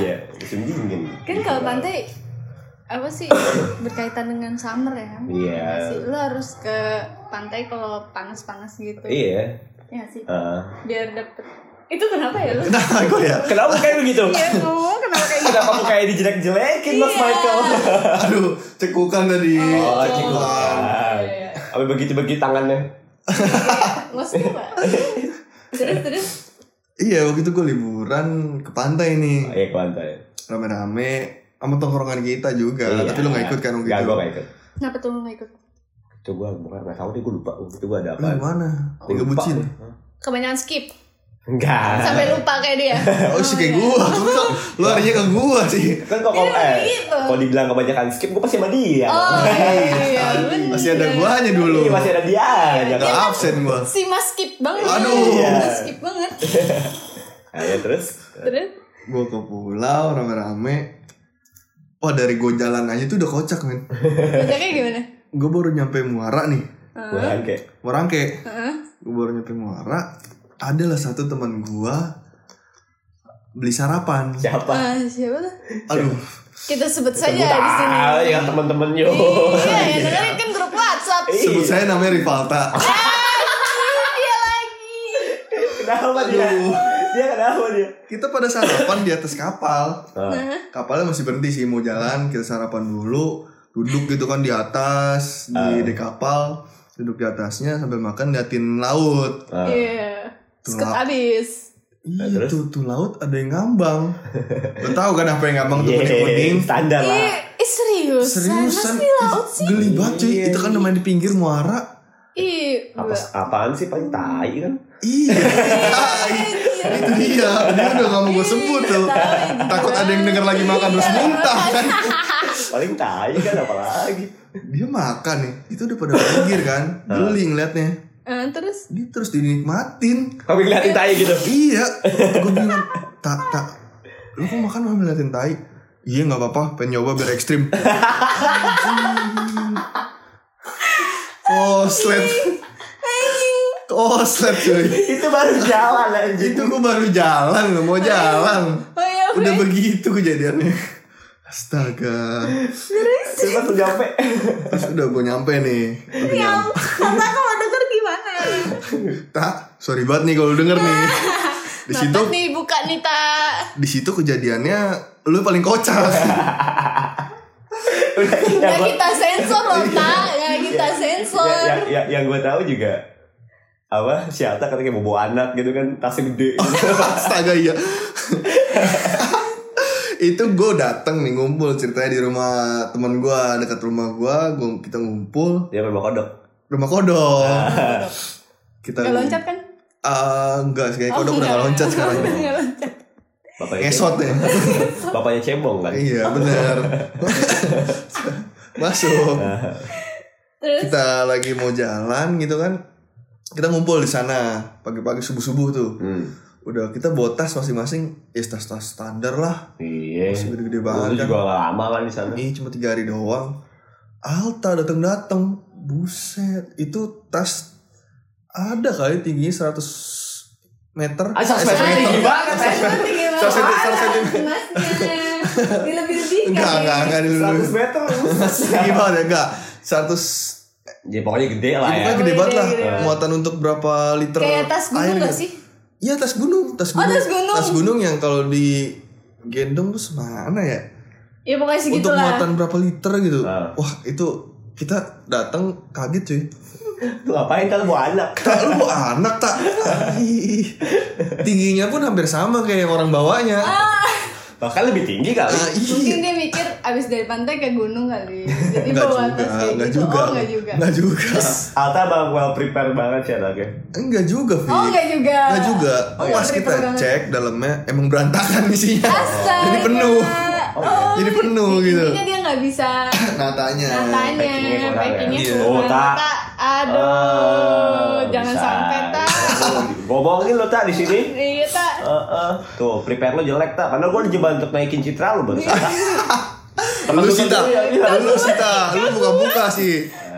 Iya, musim dingin.
Kan kalau pantai apa sih berkaitan dengan summer ya kan?
Iya.
Nggak sih? Lu harus ke pantai kalau panas-panas gitu.
Iya.
Iya nggak sih.
Ah.
Biar dapet. Itu kenapa ya lu?
kenapa gue ya
Kenapa kayak begitu?
Iya, ngomong kenapa kayak gitu?
Kenapa aku kayak dijelek-jelekin Mas
Iya.
Michael?
aduh cekukan tadi
Oh,
Cowok.
cikuan.
gitu? Iya, iya.
Apa begitu-begitu tangannya?
Maksudnya apa? Terus terus
iya waktu itu gue liburan ke pantai nih
Oh, Iya, ke pantai.
rame-rame sama tongkrongan kita juga
Iya.
tapi lu gak ikut kan waktu
Gak,
itu
gue gak ikut.
kenapa tuh lu nggak ikut?
Itu gue bukan gak tau deh, gue lupa. Waktu Itu gue ada
lu
apa?
gimana
Gua
tiga
lupa
bucin
deh.
Kebanyakan skip
Enggak.
sampai lupa kayak dia.
oh sih kayak gue lu harinya ke gue sih
Kan kok kalau eh,
Iya, gitu.
kalau dibilang kebanyakan skip, gue pasti sama dia.
Oh iya, bener.
masih ada guanya dulu
Iya, masih ada dia. aja. kan?
gak absen gue
Si mas skip banget.
Aduh.
Mas skip banget.
Nah, ya terus
Terus
gue ke pulau rame-rame Wah dari gue jalan aja tuh udah kocak men
Kocaknya gimana?
Gue baru nyampe Muara nih
gue kan kayak
Merangke
Heeh.
Gue baru nyampe Muara Adalah satu teman gue Beli sarapan
siapa?
Ah, siapa tuh?
ya.
Aduh
Kita sebut saja
Sebut
Iya, di sini.
ah,
iya.
ya teman-teman yo.
Iya, ya dengerin kan grup WhatsApp.
Sebut
Iya.
saya namanya Rivalta
Ah, Dia lagi.
Kenapa dia?
Aduh.
Dia kenapa dia?
Kita pada sarapan di atas kapal
Nah,
Kapalnya masih berhenti sih mau jalan Kita sarapan dulu Duduk gitu kan di atas
Ah.
Di, di kapal Duduk di atasnya sambil makan liatin laut
nah.
Iya. Skut
Tuh.
abis.
Nah,
Iya
terus?
tuh, tuh laut ada yang ngambang. Lo tau kan apa yang ngambang tuh
Yeay,
kuning-kuning?
iya, standar
Ih,
lah.
ih, serius.
Eh, Seriusan,
Mas di laut sih.
ih, geli banget cuy.
Iya.
Itu kan namanya di pinggir muara.
Ih,
Apa,
gua-
apaan sih paling tai kan?
Iya, tai. itu dia. Dia udah gak mau gue sebut tuh.
Tai.
Takut ada yang denger lagi makan
Iya.
terus muntah kan.
Paling tai kan apalagi.
Dia makan nih. Itu udah pada pinggir kan. Geli ngeliatnya.
Eh, terus
Dia terus dinikmatin.
Kami ngeliatin tai gitu.
Iya. Gue bilang, tak, tak. Lo kok makan sambil ngeliatin tai? Iya gak apa-apa, pengen nyoba biar ekstrim. Anjing. oh, slap. Oh, slap cuy.
Itu baru jalan anjing.
Itu gue baru jalan, gak mau jalan.
Oh iya,
Udah begitu kejadiannya. Astaga.
Terus pas udah nyampe.
Terus udah gue nyampe nih. Udah nyampe.
Kata kalau denger gimana?
Tak, sorry banget nih kalau denger nih. di situ
Mepet nih buka nih ta.
di situ kejadiannya lu paling kocak
Udah,
Ya,
yang
Nggak
gua-
kita sensor loh
Iya.
ta. Nggak kita sensor.
Ya- yang, yang, yang gue tahu juga apa si Alta katanya kayak bobo anak gitu kan tasnya gede
astaga iya itu gue dateng nih ngumpul ceritanya di rumah teman gue dekat rumah gue gue kita ngumpul
dia memang kodok
rumah kodok kita
Nggak loncat kan?
Ah, enggak sih kayak kodok udah
nggak.
gak loncat sekarang
Oh, iya. Udah nggak loncat.
bapaknya
ngesot ya
cebong, bapaknya cebong kan
iya benar masuk
Terus
kita lagi mau jalan gitu kan kita ngumpul di sana pagi-pagi subuh-subuh tuh
hmm.
udah kita bawa tas masing-masing ya tas tas standar lah
iya
masih
Lu
gede-gede banget kan
juga nggak lama kan di sana
ini cuma tiga hari doang Alta datang datang buset itu tas ada kali tingginya 100 meter
Ah, 100
Eh,
meter. Tinggi banget,
Mas,
Mas.
tinggi banget.
Satu senti- satu sentimeter.
Masnya. Dilebih-lebihkan
enggak
ya.
enggak enggak dulu dulu.
meter
tinggi banget ya enggak 100
ya pokoknya gede lah
Ini
ya
kan
Oh,
gede
iya,
banget lah
gede banget.
muatan untuk berapa liter
Kayak tas
air
gunung gak
gitu.
sih?
Iya tas gunung, tas
Oh,
gunung.
tas gunung.
yang kalau di gendong tuh semana ya?
Ya pokoknya
Untuk
segitulah.
muatan berapa liter gitu.
Ah.
Wah, itu kita datang kaget cuy.
lu ngapain kan mau anak
Tak lu mau anak tak? Ih. Tingginya pun hampir sama kayak yang orang bawanya.
bahkan lebih tinggi kali
Ah,
Ah, Mungkin
iya.
dia mikir abis dari pantai ke gunung kali. Jadi
Enggak
bawa
juga,
tas kayak
enggak
gitu.
juga.
Oh enggak juga.
Enggak juga. Ah.
Alta bang well prepare banget sih anaknya
Enggak juga, Vi.
Oh enggak juga.
Enggak juga.
Oh, iya.
Pas kita
Prepare banget.
cek dalamnya emang berantakan isinya.
Astaga.
Jadi penuh. iya.
Oh,
Jadi penuh gitu.
Intinya dia nggak bisa
Natanya.
Katanya
Packingnya kurang ya?
packingnya
Iya.
Oh,
kurang.
tak. Oh,
Tak. Aduh,
Ah,
jangan sampai tak.
Ngomongin lo tak di sini.
Iya tak.
Eh, eh. Tuh, prepare lo jelek tak. Karena gue dicoba untuk naikin citra lo baru salah.
Iya.
Temen
Lu
lu
sih
kan
tak,
dulu yang bilang.
lu sih tak, lu buka-buka sih.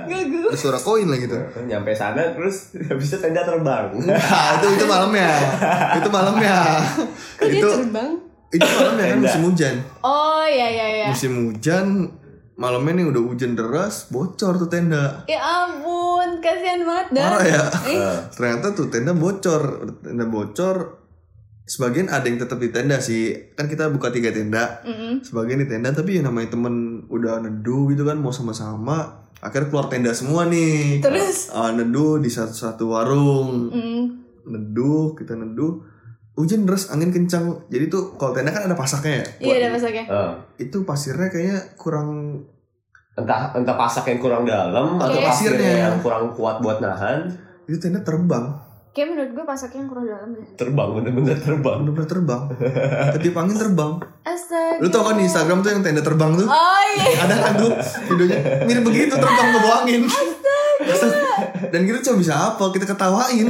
Gugu.
Ada suara koin lagi tuh.
Nyampe sana terus habis itu tenda terbang.
Nah, itu itu malamnya. Itu malamnya.
Kok Oh, dia
itu
terbang?
itu malamnya kan musim hujan.
Oh ya ya ya.
Musim hujan malamnya nih udah hujan deras, bocor tuh tenda.
Ya ampun, kasihan banget dah.
Parah ya.
Eh,
Ah,
Ternyata tuh tenda bocor, tenda bocor. Sebagian ada yang tetap di tenda sih. Kan kita buka tiga tenda.
mm-mm.
Sebagian di tenda tapi ya namanya temen udah neduh gitu kan mau sama-sama akhirnya keluar tenda semua nih.
Terus
Ah, neduh di satu-satu warung
mm,
neduh kita neduh hujan deras angin kencang jadi tuh kalau tenda kan ada pasaknya ya
iya
Buat-
ada masaknya.
Eh,
itu pasirnya kayaknya kurang
Entah entah pasak yang kurang dalam atau
Oke.
pasirnya
Pasirnya.
yang kurang kuat buat nahan,
itu tenda terbang
Kayak menurut gue pasaknya yang kurang dalam ya.
terbang bener-bener terbang.
bener-bener terbang ketiup angin terbang
Astaga.
lu tau kan di Instagram tuh yang tenda terbang tuh
Oh iya.
ada kan tuh videonya mirip begitu terbang ke bawah angin dan kita cuma bisa apa kita ketawain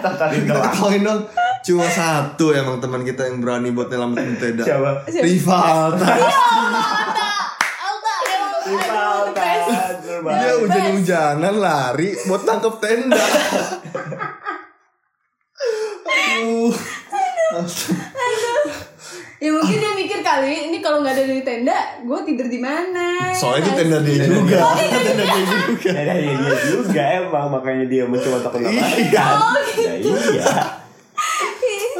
Tertarik
kita
doang.
ketawain dong cuma satu emang teman kita yang berani buat nyelamatin tenda
Siapa?
rival
Alta, emang
Rival
aduh, depresi.
kan, terbang.
Dia Iya, hujan-hujanan lari buat tangkep tenda. Aduh.
Ya mungkin dia mikir kali ini kalau nggak ada di tenda, gue tidur di mana? ya kan?
Soalnya itu tenda dia juga. Tenda dia juga.
Ya, ya, ya, dia juga emang makanya dia mencoba takut apa?
Iya.
Ya, iya.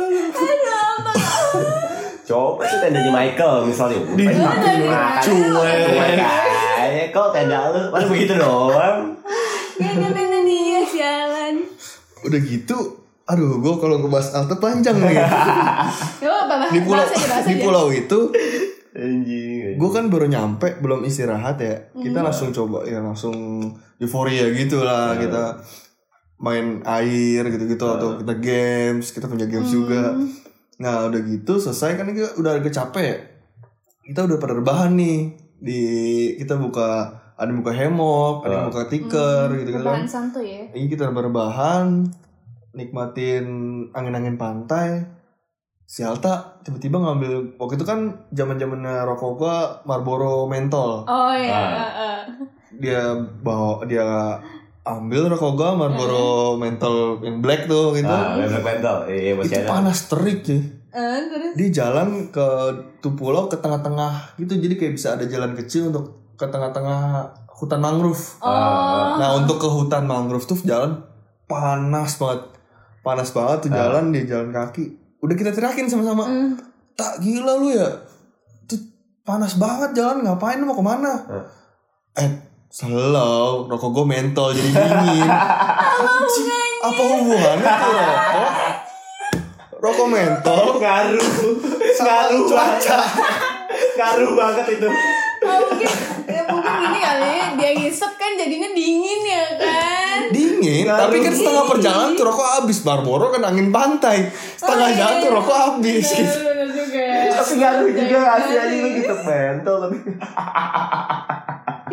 Aduh, apa?
Coba tuh tendanya Michael misalnya. Pengen
Iya,
makan,
iya.
makan.
Cuek.
Cuek aja. iya. Kok tenda lu? Mana begitu doang?
Gak ada tenda ya, dia jalan.
Udah gitu, aduh gue kalau ngebahas Alta panjang lagi.
Gak apa-apa, bahas
Di pulau
bahas aja, bahas
di
aja.
pulau itu
Anjing.
gue kan baru nyampe belum istirahat ya. Kita
Hmm.
langsung coba ya langsung euforia gitu lah kita main air gitu-gitu atau kita games, kita punya games
Hmm.
juga. Nah udah gitu selesai kan kita udah kecapek ya. Kita udah pada rebahan nih di kita buka ada yang buka hemok, ada yang
Ah.
buka tikar
Hmm,
gitu gitu kan.
Bahan santuy ya.
Ini kita berbahan nikmatin angin-angin pantai. Si Alta tiba-tiba ngambil waktu itu kan zaman-zamannya rokok gua Marlboro mentol.
Oh iya.
Ah.
eh, eh.
Dia bawa dia ambil rokok gua Marlboro mentol yang black tuh gitu.
Ah, Black Mental. Iya, masih
itu
ada.
panas terik ya.
Eh, terus
Dia jalan ke tuh pulau ke tengah-tengah gitu. Jadi kayak bisa ada jalan kecil untuk ke tengah-tengah hutan mangrove.
oh
Nah, untuk ke hutan mangrove tuh jalan panas banget. Panas banget tuh jalan dia jalan kaki. udah kita teriakin sama-sama
Mm.
tak gila lu ya itu panas banget jalan ngapain lu mau kemana
Hmm.
eh slow rokok gue mentol jadi dingin Anjing, apa hubungannya tuh rokok rokok mentol
ngaruh
sama
ngaruh banget
cuaca
ngaruh banget itu
Oh, mungkin ya, mungkin ini kali ya, dia ngisep kan jadinya dingin ya kan
dingin
Ngaruh.
tapi kan setengah perjalanan tuh rokok habis Marlboro kan angin pantai setengah
Oh, iya,
jalan tuh
iya.
rokok habis gitu.
Bener, bener juga
tapi ngaruh juga
Jangan.
ngasih aja lu
iya.
gitu mentol tapi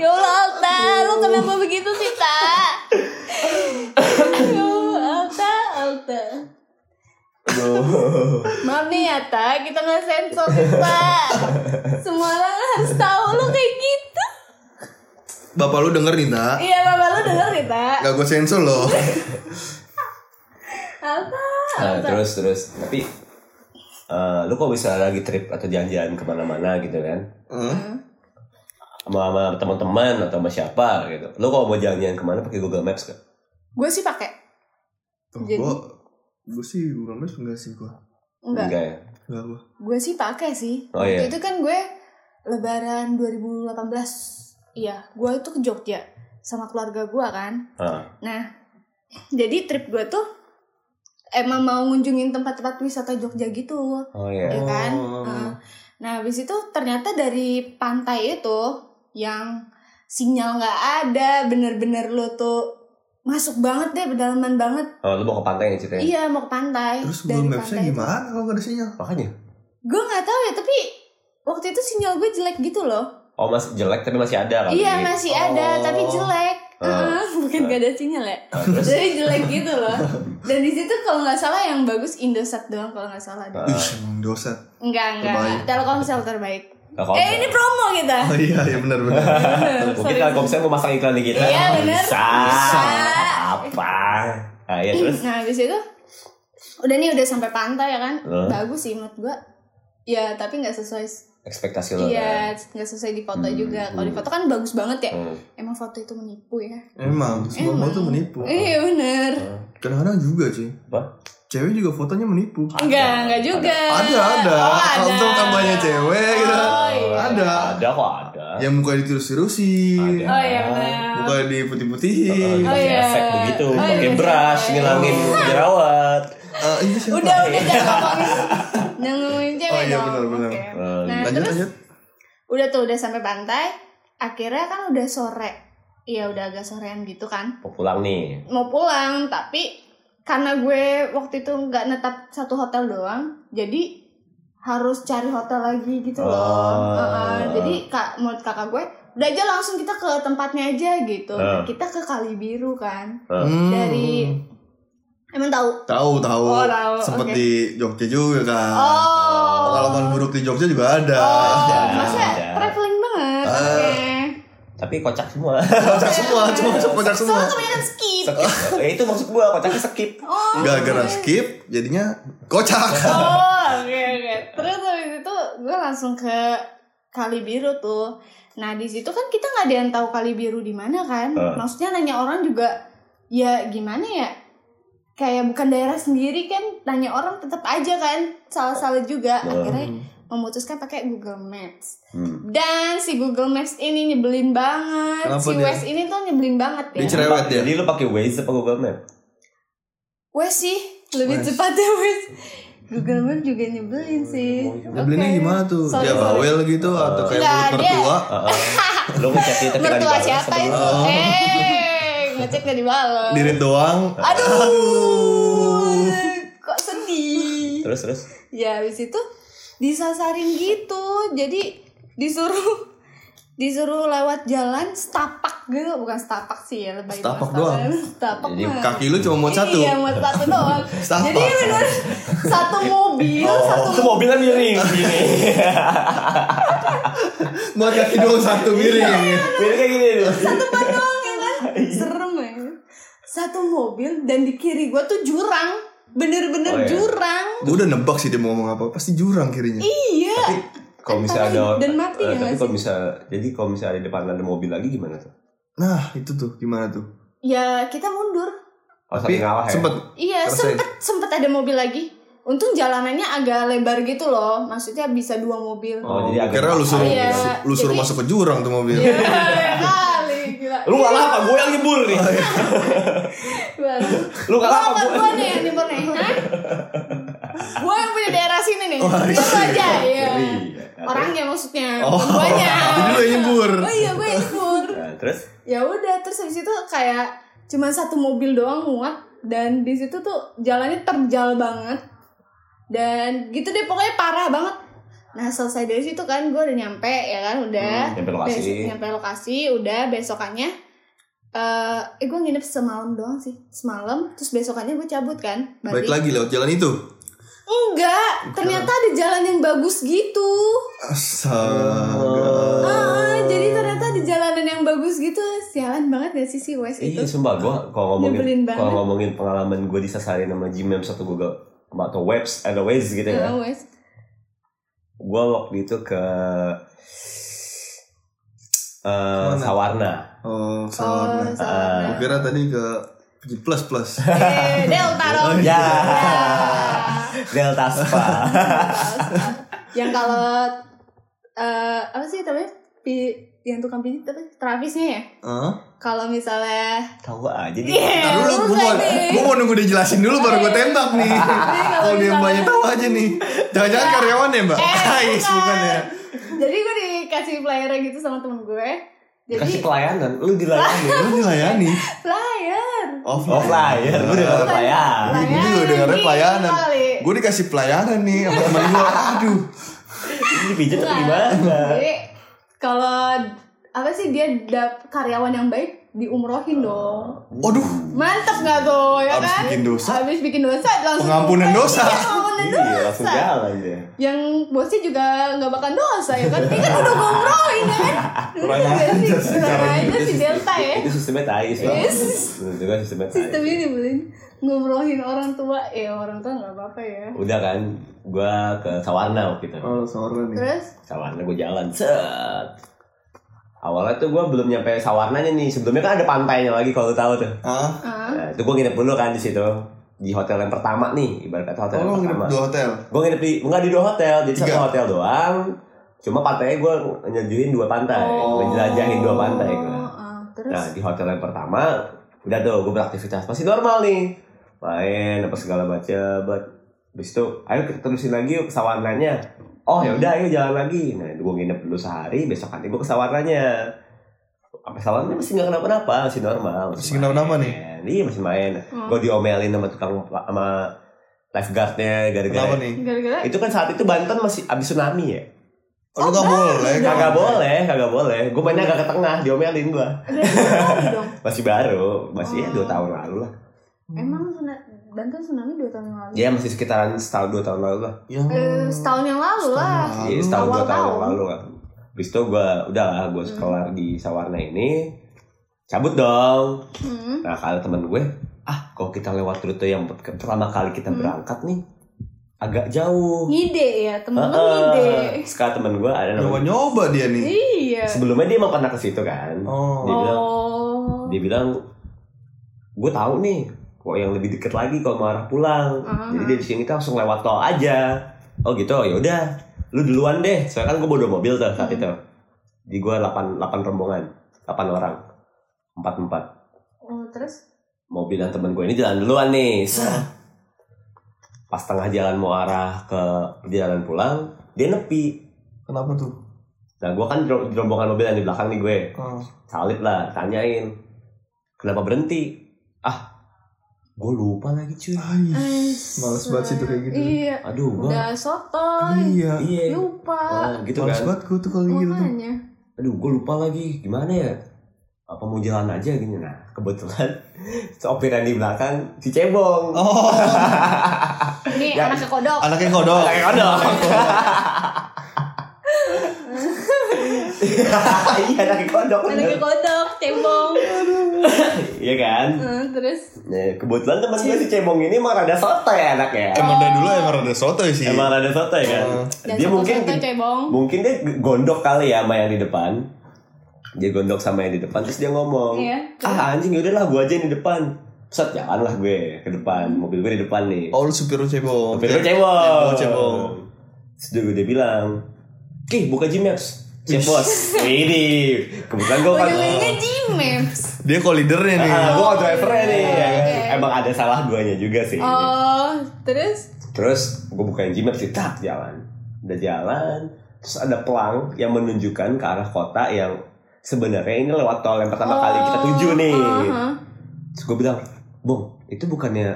ya Allah Alta lu kenapa begitu sih ta ya Allah, Alta Alta
Aduh.
maaf nih ya ta kita nggak sensor nih, pak semua orang harus tahu lu kayak gitu
bapak lu denger nih tak
iya bapak lu denger nih ta
gak gue sensor loh
Iya. Alta
Nah, terus terus tapi eh, lu kok bisa lagi trip atau jalan-jalan kemana-mana gitu kan
Hah?
sama, sama teman-teman atau sama siapa gitu lu kalau mau jalan-jalan kemana pakai Google Maps kan
gue sih pakai Jadi-
gue gue sih Google Maps enggak sih gue
enggak
ya
enggak gue
Gue sih pakai sih.
Oh,
Waktu
iya.
itu kan gue lebaran 2018. Iya, gue itu ke Jogja sama keluarga gue kan.
Ah.
Nah, jadi trip gue tuh emang mau ngunjungin tempat-tempat wisata Jogja gitu,
oh iya
ya kan?
Oh.
Heeh. Nah, habis itu ternyata dari pantai itu yang sinyal nggak ada, bener-bener lo tuh masuk banget deh, pedalaman banget.
oh, lu mau ke pantai ya ceritanya
Iya, mau ke pantai.
terus
Dari
Google Mapsnya
pantai itu-
gimana kalau gak ada sinyal
makanya
Gue nggak tahu ya, tapi waktu itu sinyal gue jelek gitu loh.
oh mas jelek tapi masih ada kan
Iya masih ada
Oh.
tapi jelek.
Ah.
Heeh, bukan gak ada sinyal ya.
Nah, terus
Jadi jelek gitu loh. Dan di situ kalau nggak salah yang bagus Indosat doang kalau nggak salah.
Ah.
Ih, emang dosa.
Enggak
Terbaik.
enggak. Telkomsel terbaik.
nah, kalau-
Eh ini promo kita.
Oh iya, iya benar-benar.
mungkin
Sorry.
Telkomsel mau masang iklan di kita
Iya, bener.
bisa.
Bisa.
apa nah, ya terus
Nah habis itu udah nih udah sampai pantai ya kan.
Ah.
Bagus sih menurut gua. Ya tapi nggak sesuai.
ekspektasi lu
Iya nggak sesuai di foto
ya. Hmm,
juga. Kalau di
hmm.
foto kan bagus banget ya.
kan? Hmm.
Emang foto itu menipu ya.
Emang semua
Emang.
foto menipu.
Iya bener.
Hmm.
Kadang-kadang juga sih.
Apa?
Cewek juga fotonya menipu.
Enggak enggak juga.
Ada, ada.
Oh, ada.
Untung tambahnya cewek gitu.
Oh, iya.
Ada.
ada kok ada
Yang mukanya
Ada.
ditirus-tirusin.
Oh
Ya.
iya benar.
Mukanya
Heeh,
diputih-putihin.
gitu,
Oh,
pakai
iya.
efek begitu,
Oh, iya,
pakai
iya. Nah.
brush ngilangin jerawat.
Eh, ini siapa?
Udah udah jangan ngomongin jangan ngomongin cewek
Oh, iya,
dong.
benar, benar.
Oke.
Eh,
Nah
Lanjut,
terus
lanjut.
udah tuh udah sampai pantai. Akhirnya kan udah sore. Iya udah agak sorean gitu kan.
Mau Eh, pulang nih.
Mau pulang tapi karena gue waktu itu nggak netap satu hotel doang, jadi harus cari hotel lagi gitu loh.
Oh.
Heeh, jadi kak, menurut kakak gue, udah aja langsung kita ke tempatnya aja gitu.
Eh.
Nah,
Oh.
Kita ke Kali Biru kan.
Hmm.
Dari- Emang tahu?
tahu tahu
Oh, tahu,
sempet
oke.
di Jogja juga kan
Oh.
pengalaman buruk di Jogja juga ada
Ada,
Oh, masa
ada.
traveling banget.
Ah.
Oke.
Tapi kocak semua.
kocak semua cuma kocak semua
Soalnya kebanyakan skip.
Skip. ya itu maksud gua, kocaknya skip.
Oh.
gara-gara skip jadinya kocak
Oh, oke oke. Terus habis itu gue langsung ke Kali Biru tuh. Nah, di situ kan kita nggak ada yang tahu Kali Biru di mana kan.
Eh.
Ah.
Maksudnya nanya orang juga ya gimana ya? Kayak bukan daerah sendiri kan, nanya orang tetap aja kan salah-salah juga.
Eh.
Ah.
Akhirnya memutuskan pakai Google Maps.
Hmm.
Dan si Google Maps ini nyebelin banget.
Kenapa
si
dia?
Wes ini tuh nyebelin banget ya.
Dia cerewet ya?
Jadi lu pakai Waze apa Google Map?
Wes sih lebih
Wes.
cepat ya Wes. Google Maps juga nyebelin sih.
Nyebelnya
Oke.
gimana tuh?
Sorry,
dia
sorry.
bawel gitu atau kayak
Nggak,
mulut
dia-
mertua?
Heeh. lu ngechat dia tapi nggak
Mertua
dibalas,
siapa
apa
itu?
gimana?
Oh.
Eh, ngecek gak dibalas.
Dirit doang.
Aduh.
Aduh.
Kok sedih.
Terus terus.
Ya habis itu disasarin gitu. Jadi disuruh disuruh lewat jalan setapak gitu bukan setapak sih ya lebih
Setapak
setapak
Jadi
mah.
Kaki lu cuma muat satu.
Iya, muat satu doang.
Setapak. Oh.
Jadi bener satu mobil, satu
Itu mobilnya miring gini.
Muat kaki doang satu
iya.
miring.
miring kayak gini. nih.
tempat doang ya kan.
Iya.
Serem ya. Satu mobil dan di kiri gua tuh jurang. Bener-bener
Oh, iya.
jurang.
Gue udah nebak sih dia mau ngomong apa. Pasti jurang kirinya.
Iya.
Tapi kalau misalnya ada
Dan mati
eh,
ya
tapi
nggak
kalau misalnya jadi kalau misalnya ada depan ada mobil lagi gimana tuh?
Nah itu tuh gimana tuh?
Ya kita mundur.
Kalau
Tapi
satu ngalah ya.
sempet
Iya,
Terus,
sempet sempet ada mobil lagi. untung jalanannya agak lebar gitu loh maksudnya bisa dua mobil
Oh, jadi agak
Kira
mahal
lu suruh
ya.
lu suruh
Ah, iya. Jadi-
masuk ke jurang tuh mobil.
Iya, kali gila
Lu kalah apa? Gue yang nyebur nih.
Gua-
Lu kalah apa?
Gua-
Gue.
gua nih yang nyimpen nih Hah? Gua yang punya daerah sini nih
Wah,
Gua
iya.
aja iya
Oh, Iya.
orangnya maksudnya
Oh.
bukan guanya
Jadi lu yang nyebur.
oh iya gue yang nyebur
Nah, terus
ya udah terus habis itu kayak cuman satu mobil doang muat dan di situ tuh jalannya terjal banget dan gitu deh pokoknya parah banget nah selesai dari situ kan gue udah nyampe ya kan udah
hmm, nyampe lokasi.
Besok- nyampe lokasi udah besokannya eh eh gue nginep semalam doang sih semalam terus besokannya gue cabut kan
Baik
balik
lagi lewat jalan itu.
enggak ternyata ada jalan yang bagus gitu
Astaga.
Oh.
Ah, jadi ternyata ada jalanan yang bagus gitu sialan banget gak sih si Wes itu
Iya, sumpah gue kalau
Nyebelin
ngomongin
banget.
kalau ngomongin pengalaman gue disasarin sama Jim Mem satu Google atau webs ada Waze
Iya
gitu
kan?
ya.
Ah, Wes
Gue waktu itu ke eh
Kemana?
Sawarna.
Oh,
Oh,
salah.
salah.
Gua kira tadi ke plus plus.
Eh, Delta dong.
Ya.
Ya.
Delta Spa.
yang kalau eh apa sih namanya? Pi, yang tukang pijit apa? Travisnya ya.
Heeh.
Kalau misalnya
Tahu aja dia.
Iya,
Ntar dulu gue
urusan
mau,
nih. Eh,
gua mau nunggu dia jelasin dulu baru gue tembak nih Kalau dia
misalnya-
mbaknya tahu aja nih Jangan-jangan karyawan ya mbak?
Eh,
Ais, bukan ya
Jadi gue dikasih pelayaran gitu sama temen gue.
Kasih
Jadi
pelayanan, lu dilayani.
Ya, Lu dilayani Iya.
player.
Oh flyer, gue udah kata pelayan.
Ah, Ini juga dengarnya pelayanan
Kali.
Gue dikasih pelayanan nih sama temen gue Aduh
Ini dipijit atau gimana?
Nah, Jadi kalau apa sih dia dap karyawan yang baik diumrohin dong.
Waduh
Mantap nggak tuh ya
Abis
kan?
bikin dosa.
Abis bikin dosa langsung
Pengampunan dosa.
Iya, pengampunan
Iya,
dosa.
langsung jalan dia.
Yang bosnya juga nggak bakal dosa ya kan? Ini kan udah gomroin ya kan?
Kurang
Udah
ajar
sih,
sih,
kurang
cara Iya,
ajar si Delta ya.
Itu sistemnya tai sih.
Yes.
Itu juga sistemnya tai.
Sistemnya dibulin ngomrohin orang tua ya orang tua nggak apa-apa ya.
Udah kan, gua ke Sawarna waktu itu.
Oh sore nih
Terus
Sawarna gue jalan set. Awalnya tuh gue belum nyampe Sawarnanya nih. Sebelumnya kan ada pantainya lagi kalau lu tahu tuh.
Ah,
ah,
Nah, itu gue nginep dulu kan di situ di hotel yang pertama nih ibarat kata hotel yang
tolong Oh, nginep
pertama.
dua hotel
Gue nginep di enggak di dua hotel, jadi
Tiga.
satu hotel doang. Cuma pantainya gue nyejuin dua pantai,
Oh.
Gua jelajahin dua pantai gue.
ah, terus
Nah di hotel yang pertama udah tuh gue beraktivitas masih normal nih main apa segala macam but habis itu ayo kita terusin lagi yuk ke sawarnanya oh ya udah ayo jalan lagi nah gue nginep dulu sehari besok nanti gue ke sawarnanya apa sawarnanya masih nggak kenapa-napa masih normal
Masih kenapa-napa
main.
nih?
iya masih main
Hmm.
gue diomelin sama tukang sama lifeguardnya gara-gara
Kenapa nih?
gara-gara
itu kan saat itu Banten masih abis tsunami ya
Lu gak boleh kan?
kagak boleh kagak boleh gue mainnya agak ke tengah diomelin gue
ada tsunami dong.
masih baru masih ya
Oh.
dua tahun lalu lah
Emang suna- Banten tsunami dua tahun yang lalu.
Iya.
ya masih sekitaran setahun dua tahun lalu lah
Ya
Eh, setahun yang lalu lah.
Setahun
Iya, setahun dua
Awal
tahun yang
tahun.
lalu kan Habis itu gue udah lah gue sekolah di Sawarna ini cabut dong
Hmm.
nah kalau temen gue ah kalau kita lewat rute yang per- pertama kali kita
Hmm.
berangkat nih agak jauh
Ngide ya, temen
Ah,
lu ngide.
Heeh. sekarang temen gue ada namanya
Nyoba-nyoba Ya dia nih
Iya.
sebelumnya dia emang pernah ke situ kan
Oh
Dia bilang-
Oh.
dia bilang gue tahu nih kok yang lebih deket lagi kalau mau arah pulang
Ah.
jadi dari sini kita langsung lewat tol aja oh gitu ya udah lu duluan deh soalnya kan gue bawa dua mobil tuh saat
Hmm.
itu di gue 8 delapan rombongan 8 orang empat empat
Oh, terus?
mobil dan temen gue ini jalan duluan nih Sah. pas tengah jalan mau arah ke jalan pulang dia nepi
Kenapa tuh?
nah gue kan di ro- di rombongan mobil yang di belakang nih gue
Ah.
salib lah tanyain kenapa berhenti ah gue lupa lagi cuy
Ais, Males banget sih tuh kayak gitu
Iya.
aduh gue
Udah sotoy.
Iya
iya
Lupa.
Ah, gitu
Males
kan
banget gue tuh kalau gitu tuh
Makanya.
aduh gue lupa lagi gimana ya apa mau jalan aja gini nah kebetulan sopir yang di belakang si cebong
Oh
Ini
Ya.
anak kodok.
Anaknya kodok
Kayak kodok. iya anak kodok
Anak kodok, cebong.
iya kan
Eh, terus?
nah, kebetulan temen gue si cebong ini emang rada sotoy anaknya
Emang Iya. dari dulu emang rada sotoy sih
emang rada sotoy kan
Dan
dia mungkin
soto-soto cebong.
mungkin dia gondok kali ya sama yang di depan dia gondok sama yang di depan terus dia ngomong
Iya.
ah anjing yaudahlah gue aja yang di depan set jalan lah gue ke depan mobil gue di depan nih
Oh lu supir lu Oh, cebong.
mobil gue
Cebong,
cebong
cebong.
Terus dia- dia bilang Ki buka Gmaps Siap bos Ini Kebetulan gue kan
Ujung-ujungnya Gmaps.
Dia kok leadernya nih.
Ah,
Oh,
gue drivernya nih ya kan?
Oke.
Emang ada salah guanya juga sih
iya, Oh, terus
Terus gue bukain Gmaps sih, tak jalan. Udah jalan, terus ada pelang yang menunjukkan ke arah kota yang sebenarnya ini lewat tol yang pertama kali kita tuju
Oh,
nih.
aha.
Terus gue bilang, Bong, itu bukannya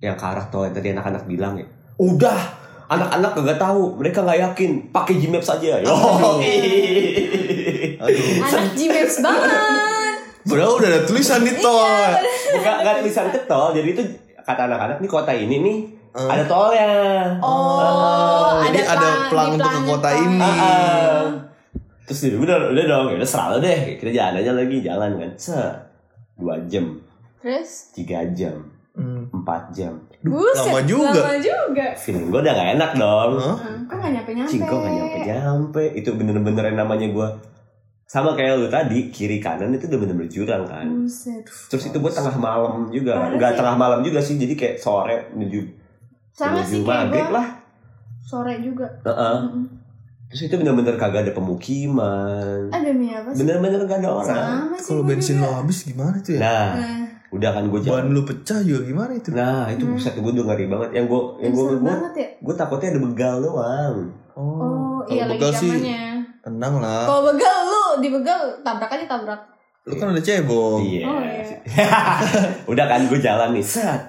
yang ke arah tol yang tadi anak-anak bilang ya? Udah, anak-anak kagak tahu, mereka nggak yakin, pakai Gmaps saja. Yoi.
Aduh.
Anak Gmaps banget.
Padahal udah ada tulisan di tol.
Bukan nggak tulisan ke tol, jadi itu kata anak-anak nih kota ini nih
Eh.
ada tolnya. Ah,
Oh,
Jadi
ada,
ada pelang
di
untuk ke kota
pelang.
ini.
Ah, ah. Terus dia udah udah dong, ya udah serah lo deh. Kita jalan aja lagi jalan kan. Se dua jam,
Terus
tiga jam,
Hmm.
empat jam. Eh,
Buset,
lama juga.
Lama juga.
Feeling gue udah gak enak dong.
Hah?
Hmm, kok gak nyampe-nyampe?
Cingko gak nyampe nyampe. Itu bener-bener yang namanya gue sama kayak lu tadi kiri kanan itu udah bener-bener jurang kan.
Buset.
Terus itu buat tengah malam juga kan.
Parah
Gak
Hmm. sih.
tengah malam juga sih. Jadi kayak sore menuju
Sama
menuju
sih kayak Hmm.
maghrib
gue
lah.
sore juga.
Heeh.
Mm-mm.
Terus itu bener-bener kagak ada pemukiman.
Ah, demi apa sih?
Bener-bener gak ada orang.
Sama sih
Kalau
gua
bensin
juga.
lo habis gimana tuh ya?
Nah,
Nah,
udah kan gue jalan.
Ban lu pecah juga gimana itu?
Nah itu
Hmm.
buset gue udah ngeri banget Yang gue yang gue
seru
gue
banget ya.
gue takutnya ada begal doang.
Oh.
Oh,
Kalau
iya lagi
begal sih- Nah.
zamannya.
Tenang lah.
Kalau begal lu dibegal tabrak aja tabrak.
Lu kan udah cebong.
Iya.
Oh, iya.
udah kan gue jalan nih. Set.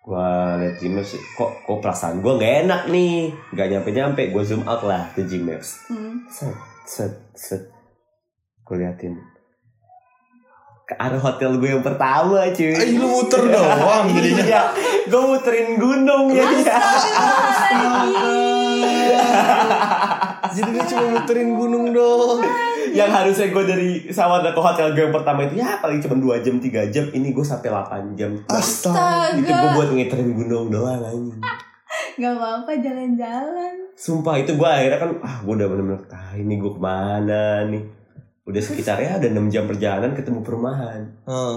Gue liat Gmaps kok kok perasaan gue nggak enak nih. Gak nyampe nyampe. Gue zoom out lah ke Gmaps.
Hmm.
Set set set. Gue liatin ke arah hotel gue yang pertama cuy.
Eh lu muter doang jadinya.
Iya, gue muterin gunung
Iya.
ya.
Jadi dia cuma muterin gunung doang.
yang harusnya gue dari Sawarna ke hotel gue yang pertama itu ya paling cuma 2 jam 3 jam ini gue sampai 8 jam
Astaga.
itu gue
Astaga,
buat ngiterin gunung doang anjing
gak apa-apa jalan-jalan.
sumpah itu gue akhirnya kan ah gue udah bener-bener ah ini gue kemana nih udah sekitarnya ada 6 jam perjalanan ketemu perumahan
Heeh.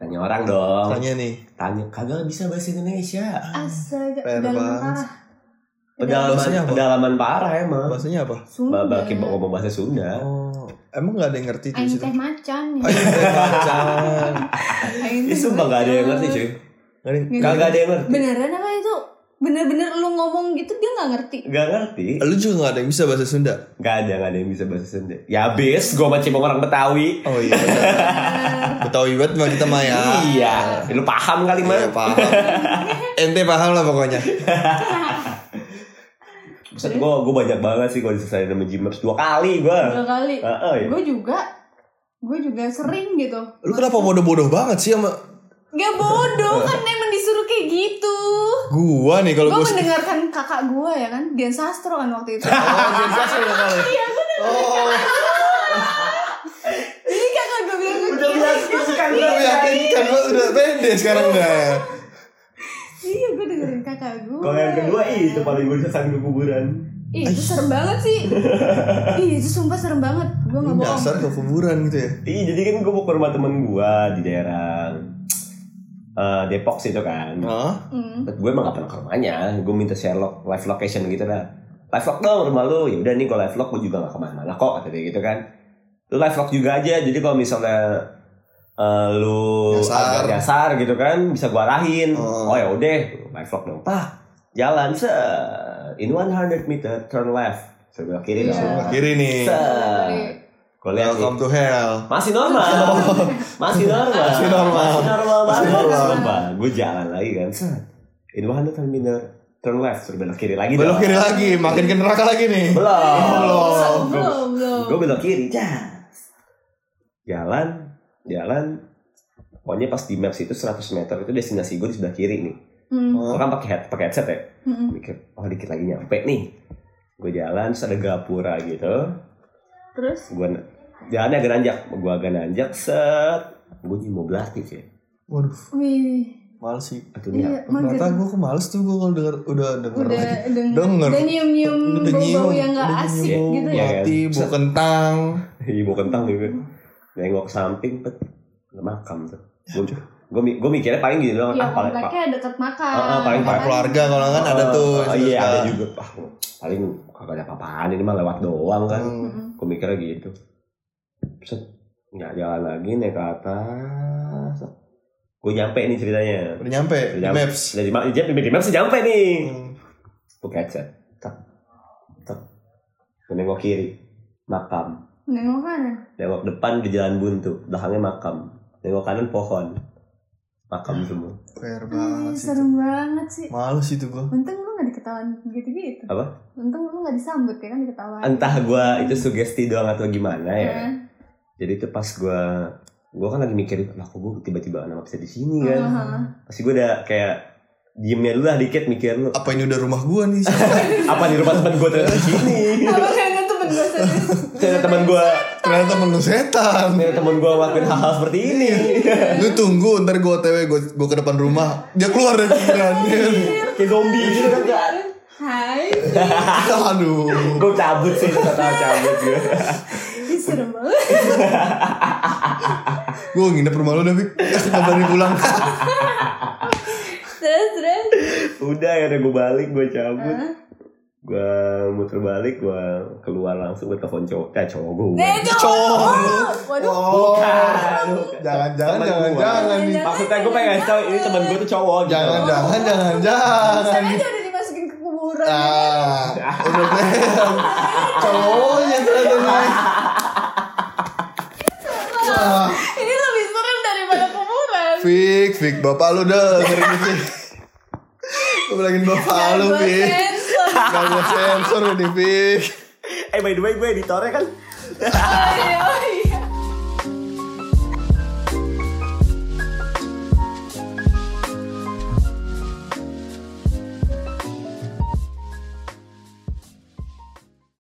tanya orang dong
Eh, Tanya nih.
tanya kagak bisa bahasa Indonesia
Astaga,
Fair
dalam
banget.
parah.
pedalaman
Bahasanya apa?
pedalaman parah emang
Bahasanya apa?
Sunda.
Baki ngomong bahasa Sunda
Oh, emang gak ada yang ngerti
Aing
cuy
teh macan.
Ayo, macan. Iya,
Aing
Ini
teh
sumpah gak ada yang ngerti
macan.
cuy
Gak ada yang-
Kagak ada yang ngerti
Beneran apa itu? Bener-bener lu ngomong gitu dia gak ngerti.
Gak ngerti
Lu juga gak ada yang bisa bahasa Sunda.
Gak ada, gak ada yang bisa bahasa Sunda Ya abis, gue macam orang Betawi
Oh iya. benar. Betawi banget mah kita mah ya.
Iya, lu paham kali
Iya,
mah.
paham. Ente paham lah pokoknya.
Buset gue gue banyak banget sih gue diselesain sama Gmaps dua kali gue.
Dua kali.
Heeh ya.
Gue juga gue juga sering gitu.
Lu kenapa bodoh-bodoh banget sih sama
Gak bodoh kan emang disuruh kayak gitu.
gua nih kalau
Gue
gua
mendengarkan kakak gue ya kan, Dian Sastro kan waktu itu.
Oh, Dian Sastro ya kali.
Iya,
Oh,
Jadi kakak gue bilang gitu. gue
Udah meyakinkan gue.
lu yakin kan gua udah pede sekarang udah. ya?
Iya gue dengerin kakak gue.
Kalau yang kedua eh. ih, itu paling gue diselesain ke kuburan.
Ih, itu serem banget sih. Ih, itu sumpah serem banget. Gue
Lu
gak bohong.
dasar ke kuburan gitu ya.
Iya jadi kan gue mau ke rumah temen gue di daerah eh, Depok situ kan.
Hah?
Hmm.
But gue emang gak pernah ke rumahnya. Gue minta share log, live location gitu dah. Live log dong rumah lu. Ya udah nih kalau live log gue juga gak kemana-mana kok kata dia gitu kan. Lu live log juga aja. Jadi kalau misalnya eh, lu agak
Nyasar.
nyasar gitu kan bisa gue arahin.
Oh.
Oh, ya udah live log dong. Pah jalan se in 100 meter turn left. Sebelah kiri
Iya.
dong.
Sebelah kiri nih.
Gue lihat nih.
Welcome to hell.
Masih normal. Masih normal.
Oh. Masih normal.
Masih normal banget.
Masih normal.
Gue jalan lagi kan. Set. Ini mana turn minor. Turn left. Suruh belok kiri lagi.
Belok kiri lagi, makin ke neraka lagi nih.
Belok.
Belum, belum.
Gue belok kiri. Jas. Jalan. Jalan. Pokoknya pas di maps itu 100 meter itu destinasi gue di sebelah kiri nih.
Hmm,
Oh.
Gue kan pakai head, pakai headset ya.
hmm.
Mikir, oh dikit lagi nyampe nih. Gue jalan, terus ada gapura gitu.
Terus?
gue jalannya agak nanjak gue agak nanjak set gue jadi mau belastik ya
Waduh,
Wih,
males sih.
atau enggak
iya, mager.
Ternyata gue kemales tuh gue kalau denger udah denger
Udah denger,
Denger.
udah nyium-nyium
Udah
bau-bau
nyium,
yang gak
udah
asik
nyium
gitu
Iya,
ya.
kan?
Hati, bau
Set.
kentang.
gitu. ibu kentang juga nengok ke samping pet ada makam tuh gue gue gue mikirnya paling gini doang ah
ya
paling pa-
kompleknya deket makan
Ah, ah, paling
ya
paling
kan?
keluarga kalau kan ada tuh kan.
oh, iya ada juga ah, paling kagak ada apa-apaan ini mah lewat doang kan
Hmm.
Mm-mm.
gue mikirnya gitu set nggak jalan lagi naik ke atas gue nyampe nih ceritanya
udah nyampe
Udah
di
nyampe. Iya.
maps
dari ma- di di- di maps nyampe nih
Hmm.
gue headset tak tak Gua nengok kiri makam
nengok kanan
nengok depan di jalan buntu belakangnya makam nengok kanan pohon makam semua
fair
Ih,
banget sih
serem banget sih
itu. malu sih tuh gua
untung lu gak diketahuan gitu-gitu
Apa?
untung lu gak disambut ya kan diketahuan
entah gue itu sugesti doang atau gimana ya
Nah,
jadi itu pas gue gue kan lagi mikir lah kok gue tiba-tiba nama bisa di sini kan
Aha.
pasti gue udah kayak diemnya dulu lah dikit mikir lu
apa ini udah rumah gua nih
apa di rumah teman gue ternyata di sini
Apa kayaknya temen gue serius?
ternyata teman gue
ternyata temen lu setan
ternyata teman gue ngelakuin hal-hal seperti ini
lu tunggu ntar gua otw gua, gua ke depan rumah dia keluar dari pikirannya
kayak zombie gitu kan
Hai,
aduh
gue cabut sih kata cabut gue
ih, serem banget.
gua nginep rumah lu Eh, dah Vic gak berani pulang
Terus, terus.
udah ya gue balik gue cabut
Hah?
gue muter balik gue keluar langsung gue telepon cowok eh cowok gue
Nih,
Cowok.
cowok. Waduh.
oh
Bukan.
jangan-jangan
Temen gua.
jangan-jangan nih
maksudnya gue pengen ngasih tau ini teman gue tuh cowok gitu.
jangan-jangan
Bisa
jangan-jangan
aja udah dimasukin ke kuburan.
ah udah kelihatan cowoknya ternyata Nay. Wah,
Ini lebih serem daripada kuburan.
Vic, Vic, bapak lu dah dengerin ini. Gua bilangin bapak lu,
Gangguan
Vic.
sensor.
Gak ada sensor nih, Vic.
eh by the way gue editornya kan
Ayo.